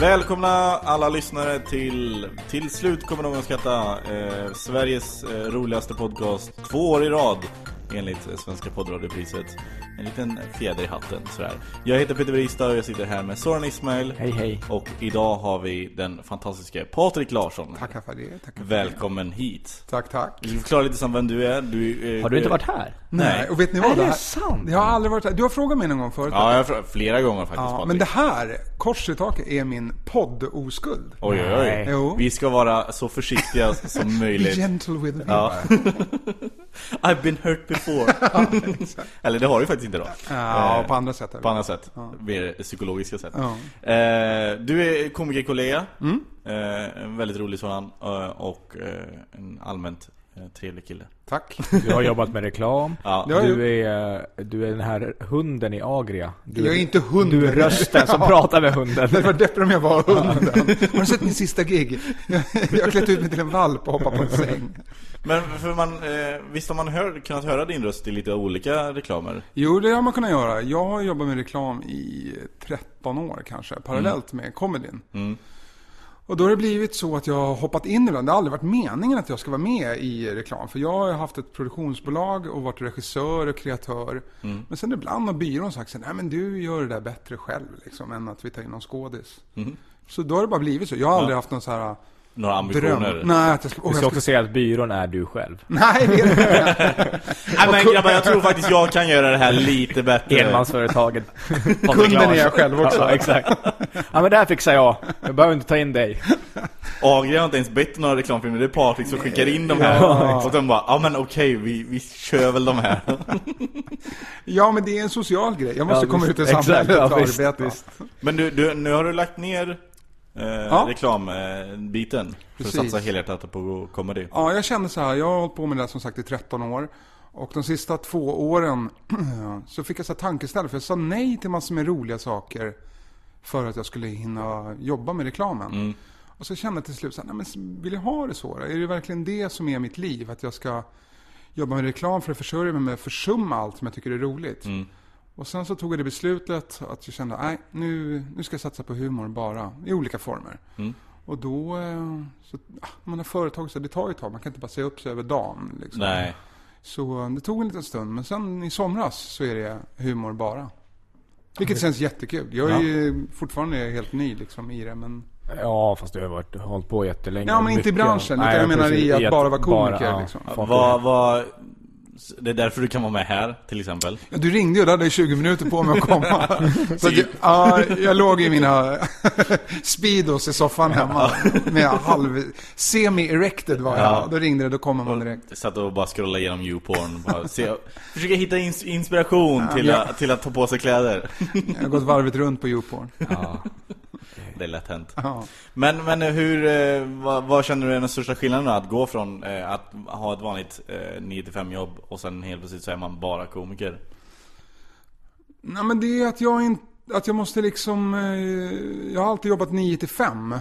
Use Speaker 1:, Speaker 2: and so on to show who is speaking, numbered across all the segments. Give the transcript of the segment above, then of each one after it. Speaker 1: Välkomna alla lyssnare till Till slut kommer någon att skratta eh, Sveriges eh, roligaste podcast två år i rad Enligt eh, Svenska poddradiopriset En liten fjäder i hatten sådär Jag heter Peter Brista och jag sitter här med Soran Ismail
Speaker 2: Hej, hej.
Speaker 1: Och idag har vi den fantastiska Patrik Larsson
Speaker 3: Tackar för det. Tackar för
Speaker 1: Välkommen hit
Speaker 3: det. Tack, tack.
Speaker 1: Vi förklarar lite sen vem du är du, eh,
Speaker 2: Har du inte varit här?
Speaker 1: Nej
Speaker 3: Och vet ni vad?
Speaker 2: Är det
Speaker 3: här,
Speaker 2: sant?
Speaker 3: Jag har aldrig varit här. Du har frågat mig någon gång förut.
Speaker 1: Ja, jag har frågat flera gånger faktiskt
Speaker 3: Ja,
Speaker 1: Patrik
Speaker 3: men det här, kors i taket, är min poddoskuld.
Speaker 1: Oj, oj,
Speaker 2: Nej.
Speaker 1: oj.
Speaker 3: Jo.
Speaker 1: Vi ska vara så försiktiga som
Speaker 3: Be
Speaker 1: möjligt
Speaker 3: gentle with me.
Speaker 1: Ja. I've been hurt before. Eller det har du faktiskt inte då.
Speaker 3: Ja,
Speaker 1: Eh,
Speaker 3: på andra sätt. är det.
Speaker 1: På andra sätt. Mer psykologiska sätt.
Speaker 3: Ja. Mm.
Speaker 1: Eh, du är komikerkollega. Eh, en väldigt rolig sådan. eh, Och eh, en allmänt eh, trevlig kille.
Speaker 3: Tack.
Speaker 2: Du har jobbat med reklam.
Speaker 1: Ja.
Speaker 3: Det har jag gjort.
Speaker 2: Du är, eh, du är den här hunden i Agria. Du,
Speaker 3: Jag är inte hunden.
Speaker 2: Du är rösten som pratar med hunden.
Speaker 3: Det var deppigt om jag var hunden. Har du sett min sista gig? Jag jag har klätt ut mig till en valp och hoppat på en säng.
Speaker 1: Men för man, eh, visst har man hör, kunnat höra din röst i lite olika reklamer?
Speaker 3: Jo, det har man kunnat göra. Jag har jobbat med reklam i 13 år kanske, parallellt
Speaker 2: Mm.
Speaker 3: med comedyn. Och då har det blivit så att jag har hoppat in ibland. Det har aldrig varit meningen att jag ska vara med i reklam. För jag har haft ett produktionsbolag och varit regissör och kreatör.
Speaker 2: Mm.
Speaker 3: Men sen ibland har byrån sagt så här, nej men du gör det där bättre själv liksom, än att vi tar in någon skådis.
Speaker 2: Mm.
Speaker 3: Så då har det bara blivit så. Jag har aldrig haft någon så här eh,
Speaker 1: Några
Speaker 3: dröm.
Speaker 1: ambitioner?
Speaker 3: Nej, att jag ska,
Speaker 2: Du
Speaker 3: åh, jag
Speaker 2: ska
Speaker 3: ska...
Speaker 2: också säga att byrån är du själv.
Speaker 3: Nej, det är det inte.
Speaker 1: Nej men grabbar, jag tror faktiskt jag kan göra det här lite bättre.
Speaker 2: Enmansföretaget.
Speaker 3: Kunden är jag själv också.
Speaker 2: Ja, exakt. Ja men det här fixar jag. Jag behöver inte ta in dig.
Speaker 1: Agria har inte ens bett några reklamfilmer, det är Patrik som skickar in de här Och de bara, ja men okej, vi, vi kör väl de här
Speaker 3: Ja, men det är en social grej. Jag måste
Speaker 2: Ja,
Speaker 3: komma
Speaker 2: visst.
Speaker 3: ut i
Speaker 2: Exakt.
Speaker 3: samhället
Speaker 2: Ja,
Speaker 3: och
Speaker 2: visst,
Speaker 3: arbeta.
Speaker 2: visst.
Speaker 1: Men du, du, nu har du lagt ner eh, reklambiten För att
Speaker 3: Precis.
Speaker 1: satsa helhjärtat på comedy
Speaker 3: Ja, jag känner så här. Jag har hållit på med det här som sagt i 13 år. Och de sista två åren så fick jag så här tankeställare. För jag sa nej till massor med roliga saker för att jag skulle hinna jobba med reklamen. Och så kände jag till slut så här, nej men vill jag ha det så? då? Är det verkligen det som är mitt liv? Att jag ska jobba med reklam för att försörja mig med att försumma allt som jag tycker är roligt. Och sen så tog jag det beslutet att jag kände, nej nu, nu ska jag satsa på humor bara, i olika former. Och då, eh, så, ah, man har företag så det tar ju ett tag, man kan inte bara säga upp sig över dagen. Liksom.
Speaker 1: Nej,
Speaker 3: Så eh, det tog en liten stund, men sen i somras så är det humor bara. Vilket känns jättekul. Jag är ju fortfarande helt ny liksom i det, men...
Speaker 2: Ja fast du har varit, hållit på jättelänge.
Speaker 3: Ja, men inte i branschen, utan jag menar i
Speaker 2: precis.
Speaker 3: att bara vara komiker, liksom.
Speaker 1: vad, vad, det är därför du kan vara med här till exempel
Speaker 3: Ja, Du ringde ju, då hade jag 20 minuter på mig att komma. Så att jag, ja, jag låg i mina Speedos i soffan hemma. Med halv... Semi-erected var jag.
Speaker 1: Ja.
Speaker 3: Då ringde det, då kommer man direkt.
Speaker 1: Jag Satt och bara scrollade igenom youporn, bara se, försöka hitta ins- inspiration till,
Speaker 3: ja.
Speaker 1: att, till att ta på sig kläder
Speaker 3: Jag har gått varvet runt på YouPorn.
Speaker 1: Det är lätt hänt
Speaker 3: Ja.
Speaker 1: Men, men hur, eh, vad, vad känner du är den största skillnaden då? Att gå från eh, att ha ett vanligt eh, 9-5 jobb och sen helt plötsligt så är man bara komiker?
Speaker 3: Nej men
Speaker 4: Mm.
Speaker 3: det är att jag inte, att jag måste liksom, eh, jag har alltid jobbat 9 till 5.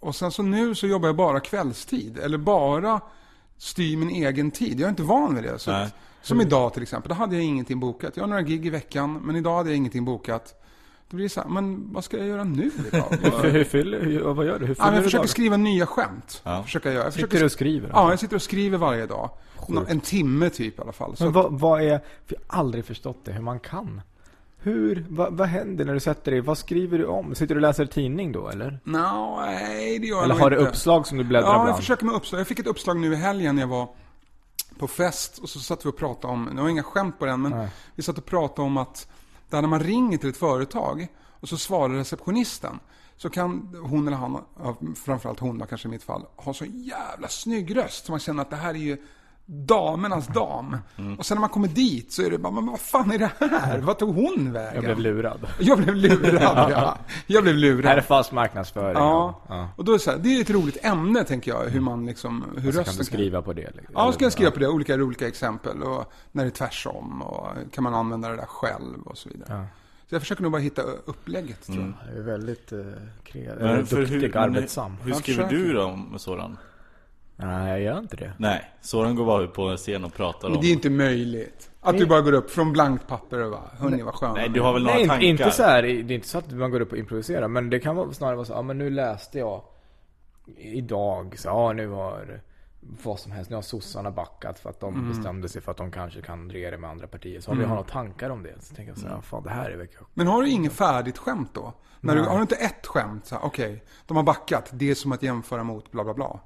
Speaker 3: Och sen så nu så jobbar jag bara kvällstid. Eller bara styr min egen tid. Jag är inte van vid det. Så
Speaker 1: Nej.
Speaker 3: som idag till exempel. Då hade jag ingenting bokat. Jag har några gig i veckan. Men idag hade jag ingenting bokat. Då blir det så här, men vad ska jag göra nu? Liksom?
Speaker 4: Hur, hur fyller, hur, vad gör du? Hur
Speaker 3: Ja, men
Speaker 4: fyller
Speaker 3: jag
Speaker 4: du
Speaker 3: försöker
Speaker 4: dagen?
Speaker 3: skriva nya skämt. Försöker jag. jag försöker
Speaker 4: Sitter du och
Speaker 3: sk-
Speaker 4: skriver?
Speaker 3: Ja, jag sitter och skriver varje dag. Nå- En timme typ i alla fall. Så
Speaker 4: Men
Speaker 3: att-
Speaker 4: vad, vad är, för jag har aldrig förstått det, hur man kan. Hur, vad, vad händer när du sätter dig? Vad skriver du om? Sitter du och läser tidning då eller?
Speaker 3: Nå, nej, det gör
Speaker 4: Eller
Speaker 3: jag
Speaker 4: har du
Speaker 3: nog inte.
Speaker 4: uppslag som du bläddrar
Speaker 3: Ja, jag
Speaker 4: bland?
Speaker 3: försöker med uppslag. Jag fick ett uppslag nu i helgen när jag var på fest och så satt vi och pratade om, det var inga skämt på den, men vi satt och pratade om att där när man ringer till ett företag och så svarar receptionisten så kan hon eller han, ja, framförallt hon då, kanske i mitt fall, ha så jävla snygg röst så man känner att det här är ju damernas dam.
Speaker 4: Mm.
Speaker 3: Och sen när man kommer dit så är det bara, men vad fan är det här? Vad tog hon vägen?
Speaker 4: Jag blev lurad.
Speaker 3: Jag blev lurad, ja. Jag blev
Speaker 4: Det här är
Speaker 3: lurad.
Speaker 4: falsk marknadsföring.
Speaker 3: Ja. och då är det så här, det är ett roligt ämne tänker jag, hur man liksom, hur rösten
Speaker 4: Så Alltså, kan du skriva på det. liksom.
Speaker 3: Ja, så kan jag skriva på det, olika, olika exempel och när det är tvärsom och kan man använda det där själv och så vidare. Så jag försöker nog bara hitta upplägget tror jag.
Speaker 4: Jag är väldigt eh, kreativ,
Speaker 1: Men för hur-
Speaker 4: duktig,
Speaker 1: men
Speaker 4: arbetsam.
Speaker 1: Hur skriver du då om Soran?
Speaker 4: Nej, jag gör inte det.
Speaker 1: Nej, Soran går bara ut på en scen och pratar
Speaker 3: Men
Speaker 1: om...
Speaker 3: det är inte möjligt. Att du bara går upp från blankt papper och bara, hörni vad sköna
Speaker 1: Nej,
Speaker 3: ni
Speaker 1: du har väl några
Speaker 4: Nej, inte,
Speaker 1: tankar?
Speaker 4: inte så här. Det är inte så att man går upp och improviserar. Men det kan vara, snarare vara så ja men nu läste jag idag. Så, ja, nu har vad som helst. Nu har sossarna backat för att de bestämde sig för att de kanske kan regera med andra partier. Så om jag har några tankar om det. Så tänker jag så här, ja, fan det här är verkligen...
Speaker 3: Men har du inget färdigt skämt då? När du, har du inte ett skämt? så här, Okej, de har backat. Det är som att jämföra mot bla bla bla.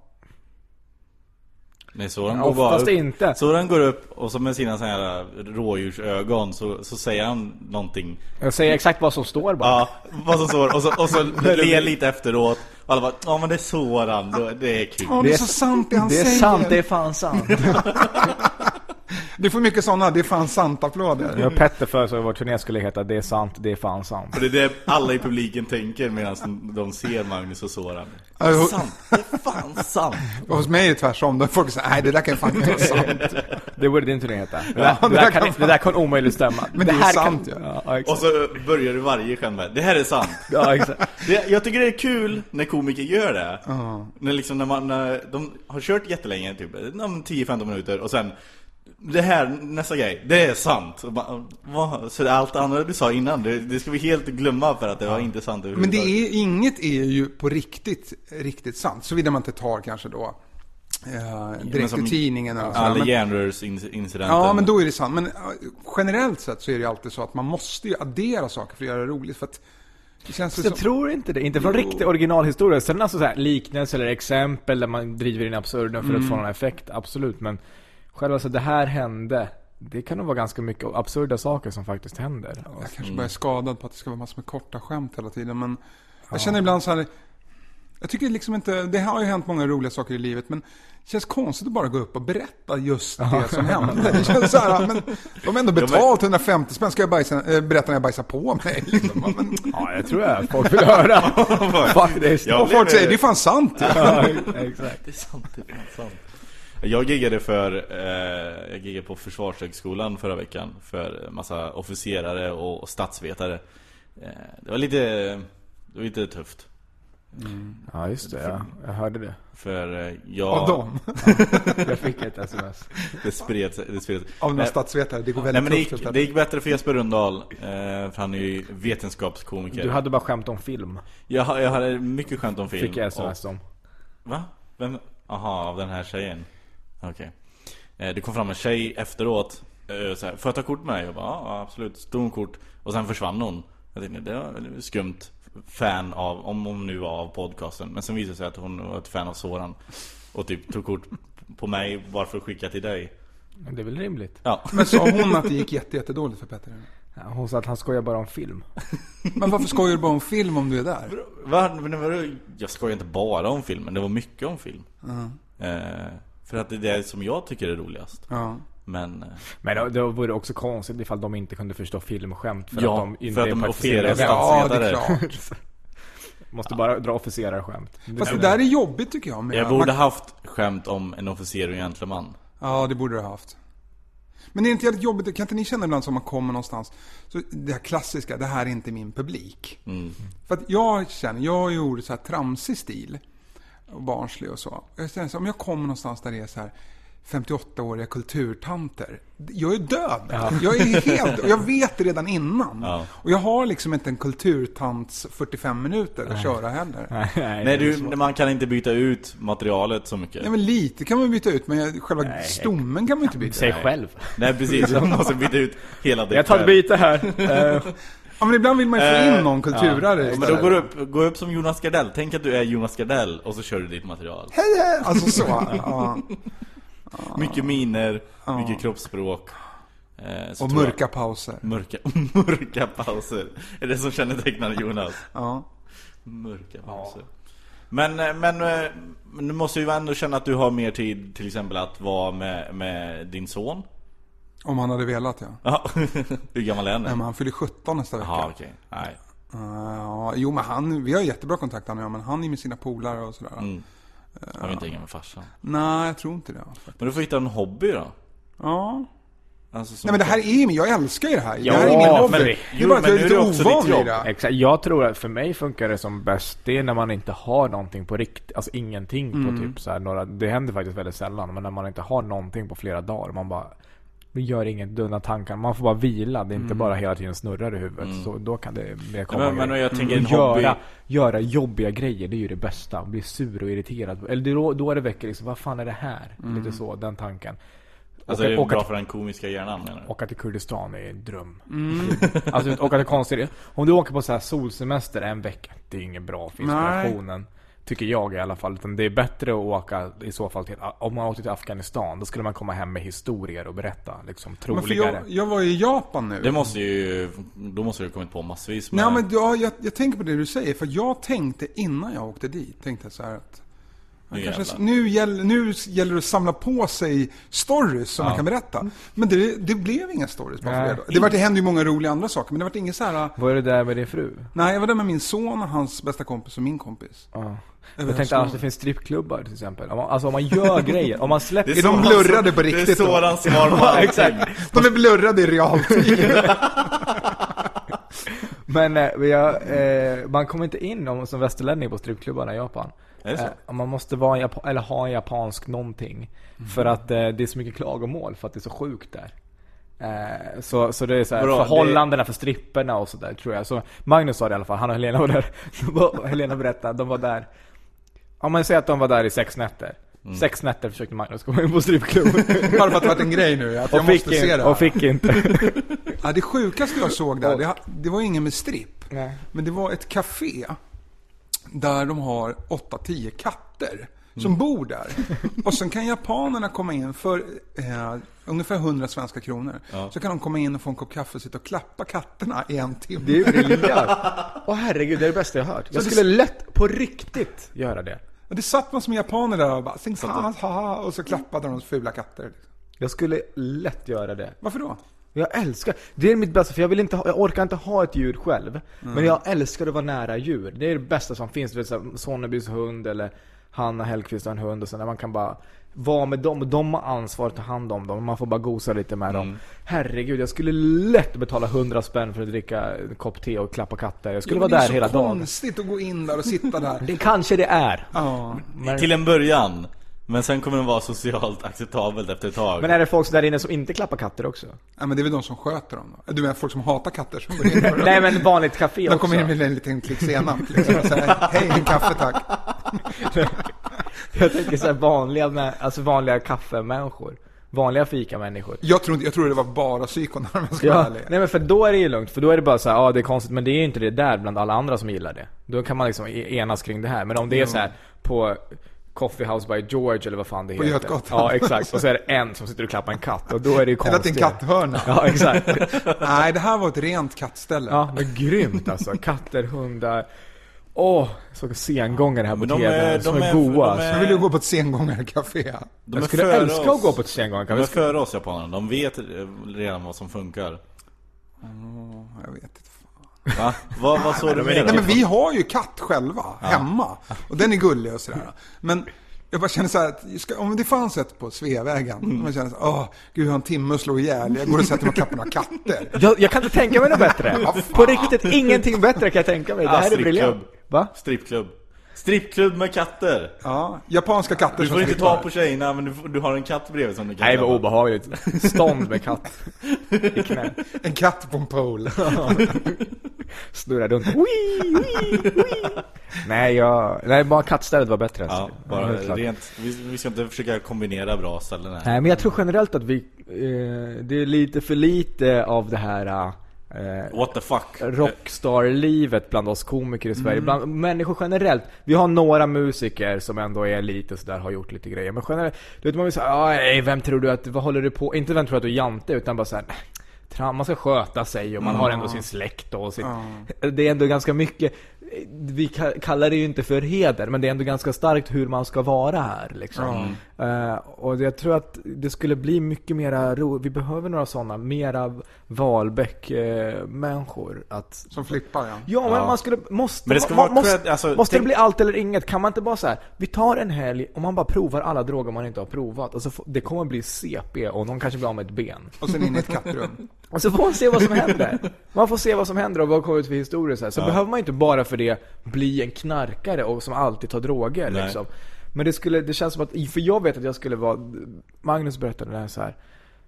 Speaker 1: Nej, Soran
Speaker 4: Ja,
Speaker 1: går bara
Speaker 4: oftast
Speaker 1: upp.
Speaker 4: inte.
Speaker 1: Soran går upp och så med sina såna här rådjursögon så, så säger han någonting.
Speaker 4: Jag säger exakt vad som står bara.
Speaker 1: Ja, vad som står. Och så, och så ler lite efteråt. Och alla bara, ja men det är Soran, då- det är kul.
Speaker 3: Ja, det, är så sant det han
Speaker 4: det är
Speaker 3: säger.
Speaker 4: sant, det är fan sant.
Speaker 3: Du får mycket sådana, det är fan sant-applåder.
Speaker 4: Jag och Petter föreslog att vår turné skulle heta Det är sant, det är fan sant.
Speaker 1: Och det är det alla i publiken tänker medan de ser Magnus och Soran. Det
Speaker 3: Ja,
Speaker 1: är
Speaker 3: och-
Speaker 1: sant, det är fan sant.
Speaker 3: Och hos mig är det tvärtom. Då är folk säger, nej det där kan ju fan inte vara sant.
Speaker 4: Det borde din turné heta. Det där,
Speaker 3: Ja,
Speaker 4: det där, kan, det där kan omöjligt stämma.
Speaker 3: Men det är
Speaker 4: här
Speaker 3: sant
Speaker 4: kan,
Speaker 3: ju.
Speaker 4: ja. Ja,
Speaker 1: Och
Speaker 4: exakt.
Speaker 1: så börjar du varje skämt med, det här är sant.
Speaker 4: Ja, exakt.
Speaker 1: Det, jag tycker det är kul när komiker gör det. När, liksom, när, man, när de har kört jättelänge, typ ja, men 10-15 minuter och sen det här, nästa grej, det är sant. Och bara, vad? Så allt andra du sa innan, det, det ska vi helt glömma för att det var inte sant
Speaker 3: Men det är, inget är ju på riktigt, riktigt sant. Såvida man inte tar kanske då eh, direkt ur tidningen eller sådär.
Speaker 1: Alla
Speaker 3: Men-
Speaker 1: järnrörsincidenten.
Speaker 3: Ja, men då är det sant. Men eh, generellt sett så är det ju alltid så att man måste ju addera saker för att göra det roligt. För att det känns ju
Speaker 4: Jag
Speaker 3: som...
Speaker 4: tror inte det. Inte från
Speaker 3: Jo.
Speaker 4: riktig originalhistoria. Sen alltså så här, liknelser eller exempel där man driver in absurdum för att få någon effekt. Absolut. Men själva så det här hände. Det kan nog vara ganska mycket absurda saker som faktiskt händer.
Speaker 3: Jag
Speaker 1: Mm.
Speaker 3: kanske bara är skadad på att det ska vara massor med korta skämt hela tiden. Men jag känner ibland så här... Jag tycker liksom inte... Det har ju hänt många roliga saker i livet men det känns konstigt att bara gå upp och berätta just det som hände. Det känns så här, men de har ändå betalt 150 spänn. Ska jag bajsa, eh, berätta när jag bajsar på mig? Liksom. Ja, Men,
Speaker 4: Ja, jag tror jag. Folk vill höra. Faktiskt.
Speaker 1: Ja.
Speaker 3: och folk säger det är fan sant.
Speaker 4: Ja, exakt.
Speaker 1: Det är sant, det är fan sant. Jag giggade för, eh, jag giggade på Försvarshögskolan förra veckan för massa officerare och statsvetare. Eh, det var lite, det var lite tufft.
Speaker 4: Ja, just det. Ja. Jag hörde det.
Speaker 1: För eh,
Speaker 3: Av
Speaker 1: jag...
Speaker 3: dem.
Speaker 4: Jag fick ett sms.
Speaker 1: Det spred sig. Det spred sig.
Speaker 3: Av några
Speaker 1: Nej,
Speaker 3: statsvetare. Det går
Speaker 1: Nej
Speaker 3: väldigt
Speaker 1: men det
Speaker 3: tufft.
Speaker 1: gick,
Speaker 3: för
Speaker 1: det gick bättre för Jesper Rundahl, eh, för han är ju vetenskapskomiker.
Speaker 4: Du hade bara skämt om film.
Speaker 1: jag, har- jag hade mycket skämt om film.
Speaker 4: Fick jag sms om.
Speaker 1: Och, va? Vem? Aha, av den här tjejen. Okej. Eh, det kom fram en tjej efteråt. Eh, så här, Får jag ta kort med dig? Jag bara, ja absolut. Så tog hon kort. Och sen försvann hon. Jag tänkte, det var skumt. Fan av, om hon nu var av podcasten. Men sen visade det sig att hon var ett fan av Soran. Och typ tog kort på mig bara för att skicka till dig.
Speaker 4: Men Det är väl rimligt?
Speaker 1: Ja.
Speaker 3: Men sa hon att det gick jätte, jättedåligt för Petter?
Speaker 4: Ja, Hon sa att han skojar bara om film.
Speaker 3: Men varför skojar du bara om film om du är där?
Speaker 1: Va? Men vadå? Jag skojar inte bara om filmen, det var mycket om film. Eh, för att det är det som jag tycker är roligast.
Speaker 3: Ja.
Speaker 1: Men... eh,
Speaker 4: Men då, då vore det också konstigt ifall de inte kunde förstå filmskämt för
Speaker 1: Ja,
Speaker 4: att de inte
Speaker 1: för att de
Speaker 4: är
Speaker 1: är
Speaker 4: partiserade.
Speaker 1: officerare.
Speaker 3: Ja, det är
Speaker 1: Statsvetare.
Speaker 3: klart.
Speaker 4: Måste bara dra officerarskämt.
Speaker 3: Fast det där är jobbigt tycker jag. Med
Speaker 1: jag borde haft skämt om en officer och en gentleman.
Speaker 3: Ja, det borde du ha haft. Men det är inte jävligt jobbigt, kan inte ni känna ibland som man kommer någonstans, så det här klassiska, det här är inte min publik. För att jag känner, jag har ju ordet så här tramsig stil. och barnslig och så. Jag känner så här, om jag kommer någonstans där det är så här 58-åriga kulturtanter. Jag är död. Jag är helt och Jag vet det redan innan.
Speaker 1: Ja.
Speaker 3: Och jag har liksom inte en kulturtants 45 minuter att köra heller. Nej.
Speaker 1: Nej, du, man kan inte byta ut materialet så mycket.
Speaker 3: men lite kan man byta ut, men jag- själva stommen kan man inte byta
Speaker 2: Säg
Speaker 3: ut.
Speaker 2: själv.
Speaker 1: Nej precis, man måste byta ut hela det
Speaker 2: Jag tar ett byte här. Eh,
Speaker 3: Ja, men ibland vill man ju få in någon kulturare
Speaker 1: Eh, Ja,
Speaker 3: istället.
Speaker 1: men då går du upp, gå upp som Jonas Gardell, tänk att du är Jonas Gardell och så kör du ditt material.
Speaker 3: Alltså så. Ja.
Speaker 1: Mycket miner, mycket kroppsspråk. Eh, så
Speaker 3: Och
Speaker 1: tror jag-
Speaker 3: mörka pauser.
Speaker 1: Mörka, mörka pauser. Är det som kännetecknar Jonas?
Speaker 3: Ja.
Speaker 1: Mörka pauser. Men, eh, men eh, men du måste ju ändå känna att du har mer tid till exempel att vara med, med din son.
Speaker 3: Om han hade velat ja.
Speaker 1: Ja, Hur gammal är han?
Speaker 3: Nej,
Speaker 1: nu?
Speaker 3: men han fyller 17 nästa vecka.
Speaker 1: Ja, okej. Nej.
Speaker 3: Ja, jo men han, vi har jättebra kontakt han och jag, men han är med sina polare och sådär.
Speaker 1: Mm. Jag vill inte hänga med farsan.
Speaker 3: Nej, jag tror inte det. Ja.
Speaker 1: Men du får hitta en hobby då. Alltså, som-
Speaker 3: Nej men det här är ju, jag älskar ju det här. det här är
Speaker 2: Ja,
Speaker 3: ingen hobby.
Speaker 2: men-
Speaker 3: det är bara att
Speaker 1: jo,
Speaker 3: jag
Speaker 1: men
Speaker 3: är
Speaker 1: nu
Speaker 3: lite
Speaker 1: är det också
Speaker 3: ovan
Speaker 1: ditt
Speaker 3: i
Speaker 1: jobb.
Speaker 3: det.
Speaker 4: Exakt. Jag tror att för mig funkar det som bäst, det är när man inte har någonting på riktigt. Alltså ingenting på typ så här, några, Det händer faktiskt väldigt sällan. Men när man inte har någonting på flera dagar. Man bara vi gör inget dumma tankar. Man får bara vila. Det är inte bara hela tiden snurrar i huvudet. Så då kan det mer komma
Speaker 1: Men- men
Speaker 4: grejer.
Speaker 1: jag tänker
Speaker 4: Och
Speaker 1: en hobby-
Speaker 4: göra, göra jobbiga grejer, det är ju det bästa. Bli sur och irriterad. Eller det är då, då är det väcker liksom, vad fan är det här? Lite så, den tanken.
Speaker 1: Alltså
Speaker 4: Och-
Speaker 1: det är
Speaker 4: och
Speaker 1: bra
Speaker 4: att-
Speaker 1: för den komiska hjärnan menar du?
Speaker 4: Åka till Kurdistan är en dröm.
Speaker 3: Mm.
Speaker 4: Alltså att åka till konstiga Om du åker på så här solsemester en vecka. Det är inget bra för inspirationen. Tycker jag i alla fall. Utan det är bättre att åka i så fall till, om man åkte till Afghanistan. Då skulle man komma hem med historier och berätta. Liksom
Speaker 3: Men för
Speaker 4: troligare.
Speaker 3: jag, jag var ju i Japan nu.
Speaker 1: Det måste ju, då måste du ha kommit på massvis med...
Speaker 3: Nej men jag, jag, jag tänker på det du säger, för jag tänkte innan jag åkte dit, tänkte jag så här att
Speaker 1: Nu
Speaker 3: Kanske,
Speaker 1: jävlar.
Speaker 3: nu, gäller, nu gäller det att samla på sig stories som man kan berätta. Men det, det blev inga stories bara för det.
Speaker 4: Mm. Nej.
Speaker 3: Då. Det, var, det hände ju många roliga andra saker, men det var inget så här...
Speaker 4: Vad är det där med din fru?
Speaker 3: Nej, jag var där med min son och hans bästa kompis och min kompis.
Speaker 4: Ja.
Speaker 3: Över
Speaker 4: Jag tänkte annars
Speaker 3: högskolan.
Speaker 4: det finns strippklubbar till exempel. Om man, alltså om man gör grejer. Om man släpper...
Speaker 3: de
Speaker 1: så-
Speaker 3: blurrade på
Speaker 1: Det är
Speaker 3: riktigt
Speaker 1: så
Speaker 3: då?
Speaker 1: han svarar på allting.
Speaker 4: Exakt.
Speaker 3: De är blurrade i realtid.
Speaker 4: Men eh, men jag, eh, man kommer inte in om, som västerlänning på strippklubbarna i Japan.
Speaker 1: Är det så?
Speaker 4: Eh, man måste vara en Jap- eller ha en japansk någonting.
Speaker 3: Mm.
Speaker 4: För att eh, det är så mycket klagomål för att det är så sjukt där. Eh, så, så det är så här,
Speaker 1: Bra,
Speaker 4: förhållandena för stripperna och sådär tror jag. Så Magnus sa det i alla fall, han och Helena var där. De var, Helena berättade, de var där. Om man säger att de var där i sex nätter.
Speaker 3: Mm.
Speaker 4: Sex nätter försökte Magnus komma in på strippklubben.
Speaker 3: Bara för att det varit en grej nu, att jag
Speaker 4: och, fick
Speaker 3: måste se
Speaker 4: in,
Speaker 3: det
Speaker 4: och
Speaker 3: här.
Speaker 4: fick inte.
Speaker 3: Ja, det sjukaste jag såg där, det, det var ingen med stripp.
Speaker 4: Nej.
Speaker 3: Men det var ett café där de har 8-10 katter som
Speaker 4: Mm.
Speaker 3: bor där. Och sen kan japanerna komma in för eh, ungefär 100 svenska kronor. Så kan de komma in och få en kopp kaffe och sitta och klappa katterna i en timme.
Speaker 4: Det är ju briljant. Åh herregud, det är det bästa jag hört. Jag skulle lätt, på riktigt, göra det.
Speaker 3: Och det satt man som japaner där och bara "Sing, ha, ha", och så klappade de fula katter. liksom.
Speaker 4: Jag skulle lätt göra det.
Speaker 3: Varför då?
Speaker 4: Jag älskar, det är mitt bästa för jag vill inte ha, jag orkar inte ha ett djur själv.
Speaker 3: Mm.
Speaker 4: Men jag älskar att vara nära djur. Det är det bästa som finns. Du vet såhär, Sonnebys hund eller Hanna Hellquist har en hund och sen när man kan bara vara med dem och de har ansvar att ta hand om dem. och Man får bara gosa lite med dem.
Speaker 3: Mm.
Speaker 4: Herregud, jag skulle lätt betala 100 spänn för att dricka en kopp te och klappa katter. Jag skulle
Speaker 3: Men
Speaker 4: vara där hela
Speaker 3: Det är så
Speaker 4: dagen.
Speaker 3: konstigt att gå in där och sitta där.
Speaker 4: Det kanske det är.
Speaker 3: Ja.
Speaker 1: Till en början. Men sen kommer det vara socialt acceptabelt efter ett tag.
Speaker 4: Men är det folk där inne som inte klappar katter också?
Speaker 3: ja, men det är väl de som sköter dem då? Du menar folk som hatar katter som går in där och-
Speaker 4: Nej men vanligt café
Speaker 3: De
Speaker 4: också.
Speaker 3: kommer in med en liten klick senap liksom, och säger hej, en kaffe tack.
Speaker 4: Jag tänker såhär vanliga, mä- alltså vanliga kaffemänniskor. Vanliga fikamänniskor.
Speaker 3: Jag tror, inte- jag tror det var bara psykon om jag ska vara
Speaker 4: Ja,
Speaker 3: ärlig.
Speaker 4: nej men för då är det ju lugnt. För då är det bara så här, ja ah, det är konstigt men det är ju inte det där bland alla andra som gillar det. Då kan man liksom e- enas kring det här. Men om det är så här på Coffee House by George eller vad fan det
Speaker 3: På
Speaker 4: heter.
Speaker 3: Götgatan.
Speaker 4: Ja exakt. Och så är det en som sitter och klappar en katt. Och då är det ju
Speaker 3: Eller att det är
Speaker 4: konstigt.
Speaker 3: en katthörna.
Speaker 4: Ja exakt.
Speaker 3: Nej, det här var ett rent kattställe.
Speaker 4: Ja men grymt alltså. Katter, hundar. Åh, så sengångare här på
Speaker 1: Men de
Speaker 4: TV.
Speaker 1: är-
Speaker 4: som
Speaker 1: de
Speaker 4: är,
Speaker 1: är-
Speaker 4: goa
Speaker 1: de
Speaker 4: alltså.
Speaker 1: är-
Speaker 3: Jag vill ju gå på ett sengångarkafé.
Speaker 1: de är
Speaker 4: Jag skulle
Speaker 1: före
Speaker 4: älska
Speaker 1: oss.
Speaker 4: att gå på ett sengångare.
Speaker 1: De är före oss japanerna. De vet eh, redan vad som funkar.
Speaker 3: Ja, Jag vet inte. fan.
Speaker 1: Va? Vad, vad såg du med
Speaker 3: Nej, men
Speaker 1: då?
Speaker 3: vi har ju katt själva, hemma. Och den är gullig och sådär. Men jag bara känner så här att ska, om det fanns ett på Sveavägen,
Speaker 4: Mm.
Speaker 3: man känner så här, åh, gud jag har en timme att slå ihjäl, jag går och sätter mig och klappar några katter.
Speaker 4: Jag, jag kan inte tänka mig något bättre. På riktigt, ingenting bättre kan jag tänka mig. Det
Speaker 1: Ah,
Speaker 4: här är briljant.
Speaker 1: strippklubb.
Speaker 4: Va?
Speaker 1: Strippklubb. Strippklubb med katter.
Speaker 3: Ja, japanska katter
Speaker 1: Du
Speaker 3: som
Speaker 1: får inte
Speaker 3: strippar.
Speaker 1: ta på tjejerna men du, får- du har en katt bredvid som du kan
Speaker 4: Nej vad
Speaker 1: grabba.
Speaker 4: obehagligt. Stånd med katt i knä.
Speaker 3: En katt på en pole.
Speaker 4: Snurrar runt. Wii, wii, wii. Nej, jag... Nej, bara kattstället var bättre.
Speaker 1: Ja,
Speaker 4: alltså.
Speaker 1: bara
Speaker 4: Helt klart.
Speaker 1: rent. Vi, vi ska inte försöka kombinera bra ställen här.
Speaker 4: Nej, men jag tror generellt att vi... Eh, det är lite för lite av det här... Eh,
Speaker 1: What the fuck?
Speaker 4: rockstar-livet bland oss komiker i Sverige. Bland människor generellt. Vi har några musiker som ändå är lite sådär, har gjort lite grejer. Men generellt, du vet man vill säga "Ah, nej vem tror du att, vad håller du på Inte vem tror du att du är jante, utan bara såhär, tram, man ska sköta sig och man har ändå sin släkt och sitt... Det är ändå ganska mycket, vi ka- kallar det ju inte för heder, men det är ändå ganska starkt hur man ska vara här liksom. Eh, och jag tror att det skulle bli mycket mera ro, vi behöver några sådana, mera Wahlbeck-människor att
Speaker 3: Som flippar ja.
Speaker 4: Ja, men man skulle, måste,
Speaker 1: Men det ska
Speaker 4: ma-
Speaker 1: vara
Speaker 4: måste,
Speaker 1: cred- alltså,
Speaker 4: måste
Speaker 1: tänk-
Speaker 4: det bli allt eller inget? Kan man inte bara så här, vi tar en helg och man bara provar alla droger man inte har provat och så får, det kommer bli CP och någon kanske blir av med ett ben.
Speaker 3: Och sen in i ett kattrum.
Speaker 4: Och så får man se vad som händer. Man får se vad som händer och vad kommer ut för historier så här. Så behöver man inte bara för det bli en knarkare och som alltid tar droger
Speaker 1: Nej.
Speaker 4: liksom. Men det skulle, det känns som att, för jag vet att jag skulle vara, Magnus berättade det här så här.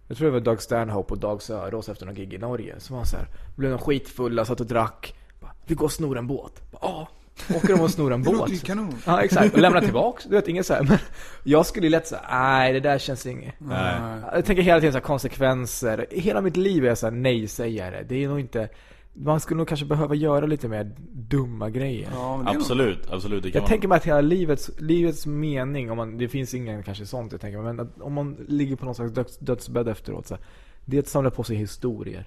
Speaker 4: Jag tror det var Doug Stanhope och Dag Sörås efter någon gig i Norge. Som var så här, blev de skitfulla, satt och drack. Bara, Vi går och snor en båt. Bara, Ja. Åker de och snor en
Speaker 3: Det
Speaker 4: båt.
Speaker 3: låter ju kanon.
Speaker 4: Ja exakt, och lämnar tillbaks. Du vet, inget så här. Men jag skulle ju lätt säga, nej det där känns inget.
Speaker 1: Nej.
Speaker 4: Jag tänker hela tiden så här konsekvenser. Hela mitt liv är jag så här nej-sägare. Det är nog inte... Man skulle nog kanske behöva göra lite mer dumma grejer.
Speaker 3: Ja, men det är nog-
Speaker 1: Absolut, absolut. Det kan
Speaker 4: Jag
Speaker 1: man.
Speaker 4: tänker mig att hela livets, livets mening, om man, det finns ingen kanske sånt jag tänker mig, men att om man ligger på någon slags döds, dödsbädd efteråt så här, Det är att samla på sig historier.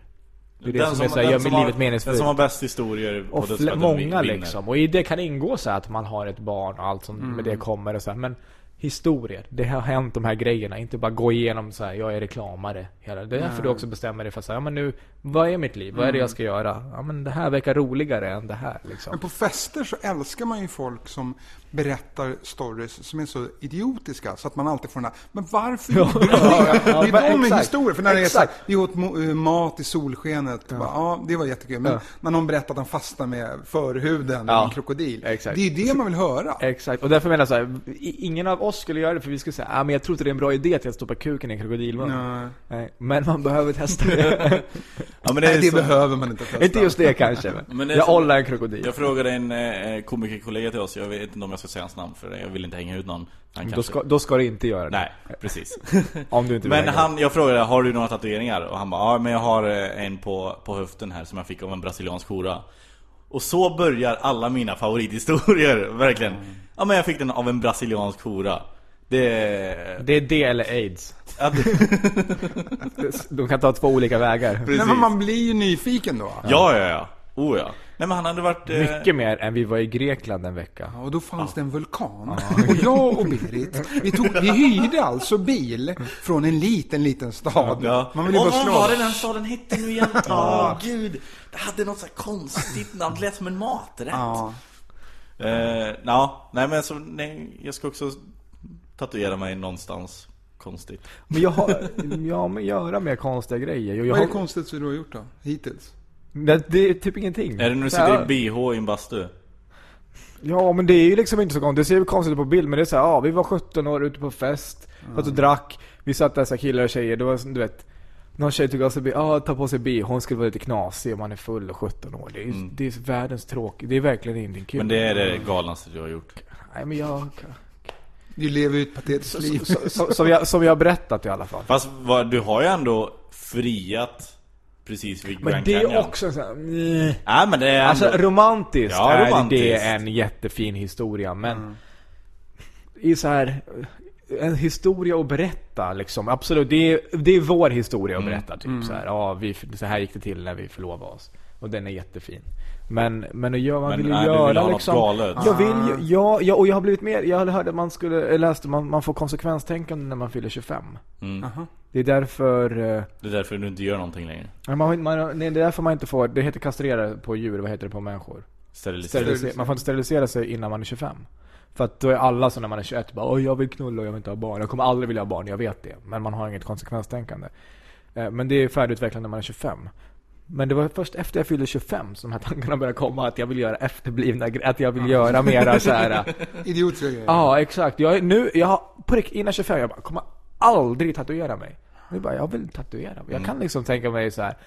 Speaker 4: Det är det som, är så här, gör
Speaker 1: har-
Speaker 4: livet
Speaker 1: Den
Speaker 4: meningsfullt.
Speaker 1: som har bäst historier på
Speaker 4: Och fl-
Speaker 1: dödsbädden
Speaker 4: många
Speaker 1: vinner.
Speaker 4: liksom. Och i det kan ingå så här att man har ett barn och allt som med det kommer och så här. Men historier. Det har hänt de här grejerna. Inte bara gå igenom så här. jag är reklamare. Hela. Det är därför du också bestämmer dig för att säga, ja men nu, vad är mitt liv? Vad är det jag ska göra? Ja men det här verkar roligare än det här liksom.
Speaker 3: Men på fester så älskar man ju folk som berättar stories som är så idiotiska så att man alltid får den där Men varför gjorde du det?
Speaker 4: ja,
Speaker 3: Det är de
Speaker 4: men
Speaker 3: med
Speaker 4: exakt.
Speaker 3: historier. För när det är så här,
Speaker 4: Exakt.
Speaker 3: vi åt mo- eh, mat i solskenet. Ja, bara, ja det var jättekul. Men när någon berättar att han fastnar med förhuden
Speaker 4: Ja,
Speaker 3: i en krokodil.
Speaker 4: exakt.
Speaker 3: Det är ju det man vill höra.
Speaker 4: Exakt, och därför menar jag så här, i- ingen av oss skulle göra det för vi skulle säga ah, men jag tror inte det är en bra idé att jag stoppar kuken i en krokodilmun.
Speaker 3: Nej.
Speaker 4: Nej, men man behöver testa det.
Speaker 1: Ja, men det
Speaker 3: Nej,
Speaker 1: är
Speaker 3: det
Speaker 1: så-
Speaker 3: behöver man inte
Speaker 4: inte
Speaker 3: testa.
Speaker 4: just det kanske. Men
Speaker 1: Men det är
Speaker 4: jag
Speaker 1: så-
Speaker 4: ollar en krokodil.
Speaker 1: Jag frågade en eh, komikerkollega till oss, jag vet inte om jag ska säga hans namn för jag vill inte hänga ut någon. Han
Speaker 4: Då
Speaker 1: kanske-
Speaker 4: ska, då ska du inte göra det.
Speaker 1: Nej, precis.
Speaker 4: Om du inte
Speaker 1: men
Speaker 4: vill hänga ut.
Speaker 1: han, jag frågade, har du några tatueringar? Och han bara, ja men jag har eh, en på, på höften här som jag fick av en brasiliansk hora. Och så börjar alla mina favorithistorier, verkligen.
Speaker 4: Mm.
Speaker 1: Ja men jag fick den av en brasiliansk hora. Det...
Speaker 4: Det är det eller aids.
Speaker 1: Att,
Speaker 4: De kan ta två olika vägar.
Speaker 3: Nej,
Speaker 1: precis.
Speaker 3: men man blir ju nyfiken då.
Speaker 1: Ja, ja, ja. Oh, ja. Nej men han hade varit... eh,
Speaker 4: Mycket mer än vi var i Grekland en vecka.
Speaker 3: Ja, Och då fanns det en vulkan. Och jag och Berit, vi, tog, vi hyrde alltså bil från en liten, liten stad.
Speaker 1: Ja.
Speaker 3: Man ville bara
Speaker 1: Åh,
Speaker 3: slå.
Speaker 1: vad var det den staden hette nu igen? Åh gud! Det hade något så här konstigt namn, det lät som en maträtt.
Speaker 3: Ja.
Speaker 1: Eh, ja, nej men så, nej, jag ska också tatuera mig någonstans konstigt.
Speaker 4: Men jag har, ja men göra mer konstiga grejer. Jag, jag
Speaker 3: Vad är
Speaker 4: har,
Speaker 3: det konstigaste du har gjort då, hittills?
Speaker 4: Nej, det är typ ingenting.
Speaker 1: Är det när du
Speaker 4: Så här,
Speaker 1: sitter i bh i en bastu?
Speaker 4: Ja men det är ju liksom inte så konstigt. Det ser ju konstigt ut på bild men det är såhär, ja vi var 17 år ute på fest. Satt och drack. Vi satt där såhär killar och tjejer. Det var som, du vet. Någon tjej tog av sig bh, ah, ta på sig bh, hon skulle vara lite knasig om man är full och 17 år. Det är, ju- det är världens tråkigt. Det är verkligen ingenting kul.
Speaker 1: Mm. Men det är det galnaste du har gjort.
Speaker 4: Nej men jag...
Speaker 3: Du lever ju ett patetiskt liv.
Speaker 4: Så, så, som, jag som jag har berättat i alla fall.
Speaker 1: Fast vad, du har ju ändå friat precis vid
Speaker 4: Men
Speaker 1: Grand
Speaker 4: det
Speaker 1: Canyon.
Speaker 4: är också såhär... Nej.
Speaker 1: Nej men det är ändå...
Speaker 4: Alltså romantiskt
Speaker 1: Ja,
Speaker 4: är
Speaker 1: romantiskt.
Speaker 4: det en jättefin historia men... I så här en historia att berätta liksom. Absolut, det är, det är vår historia att berätta. Typ så här, ja, vi, så här gick det till när vi förlovade oss. Och den är jättefin. Men, men att göra, man
Speaker 1: Men,
Speaker 4: vill ju
Speaker 1: nej, du vill
Speaker 4: göra
Speaker 1: ha något
Speaker 4: liksom...
Speaker 1: galet.
Speaker 4: Jag vill ju, ja, ja, och jag har blivit mer, jag hörde att man skulle, jag läste man, man får konsekvenstänkande när man fyller 25. Mm. Det är därför eh,
Speaker 1: Det är därför du inte gör någonting längre.
Speaker 4: Nej, man, har inte- man, nej, det är därför man inte får, det heter kastrera på djur, vad heter det på människor?
Speaker 1: Sterilisering.
Speaker 4: Sterilisera, man får inte sterilisera sig innan man är 25. För att då är alla så när man är 21 bara "Åh, jag vill knulla och jag vill inte ha barn. Jag kommer aldrig vilja ha barn, jag vet det. Men man har inget konsekvenstänkande. Eh, Men det är färdigutvecklat när man är 25. Men det var först efter jag fyllde 25 som de här tankarna började komma att jag vill göra efterblivna grejer, att jag vill göra mera så här. äh,
Speaker 3: Idiotiska grejer.
Speaker 4: Ja, exakt. Jag, är nu, jag har, på riktigt, innan 25, jag bara, kommer aldrig tatuera mig. Nu bara, jag vill tatuera mig. Jag kan liksom tänka mig så här.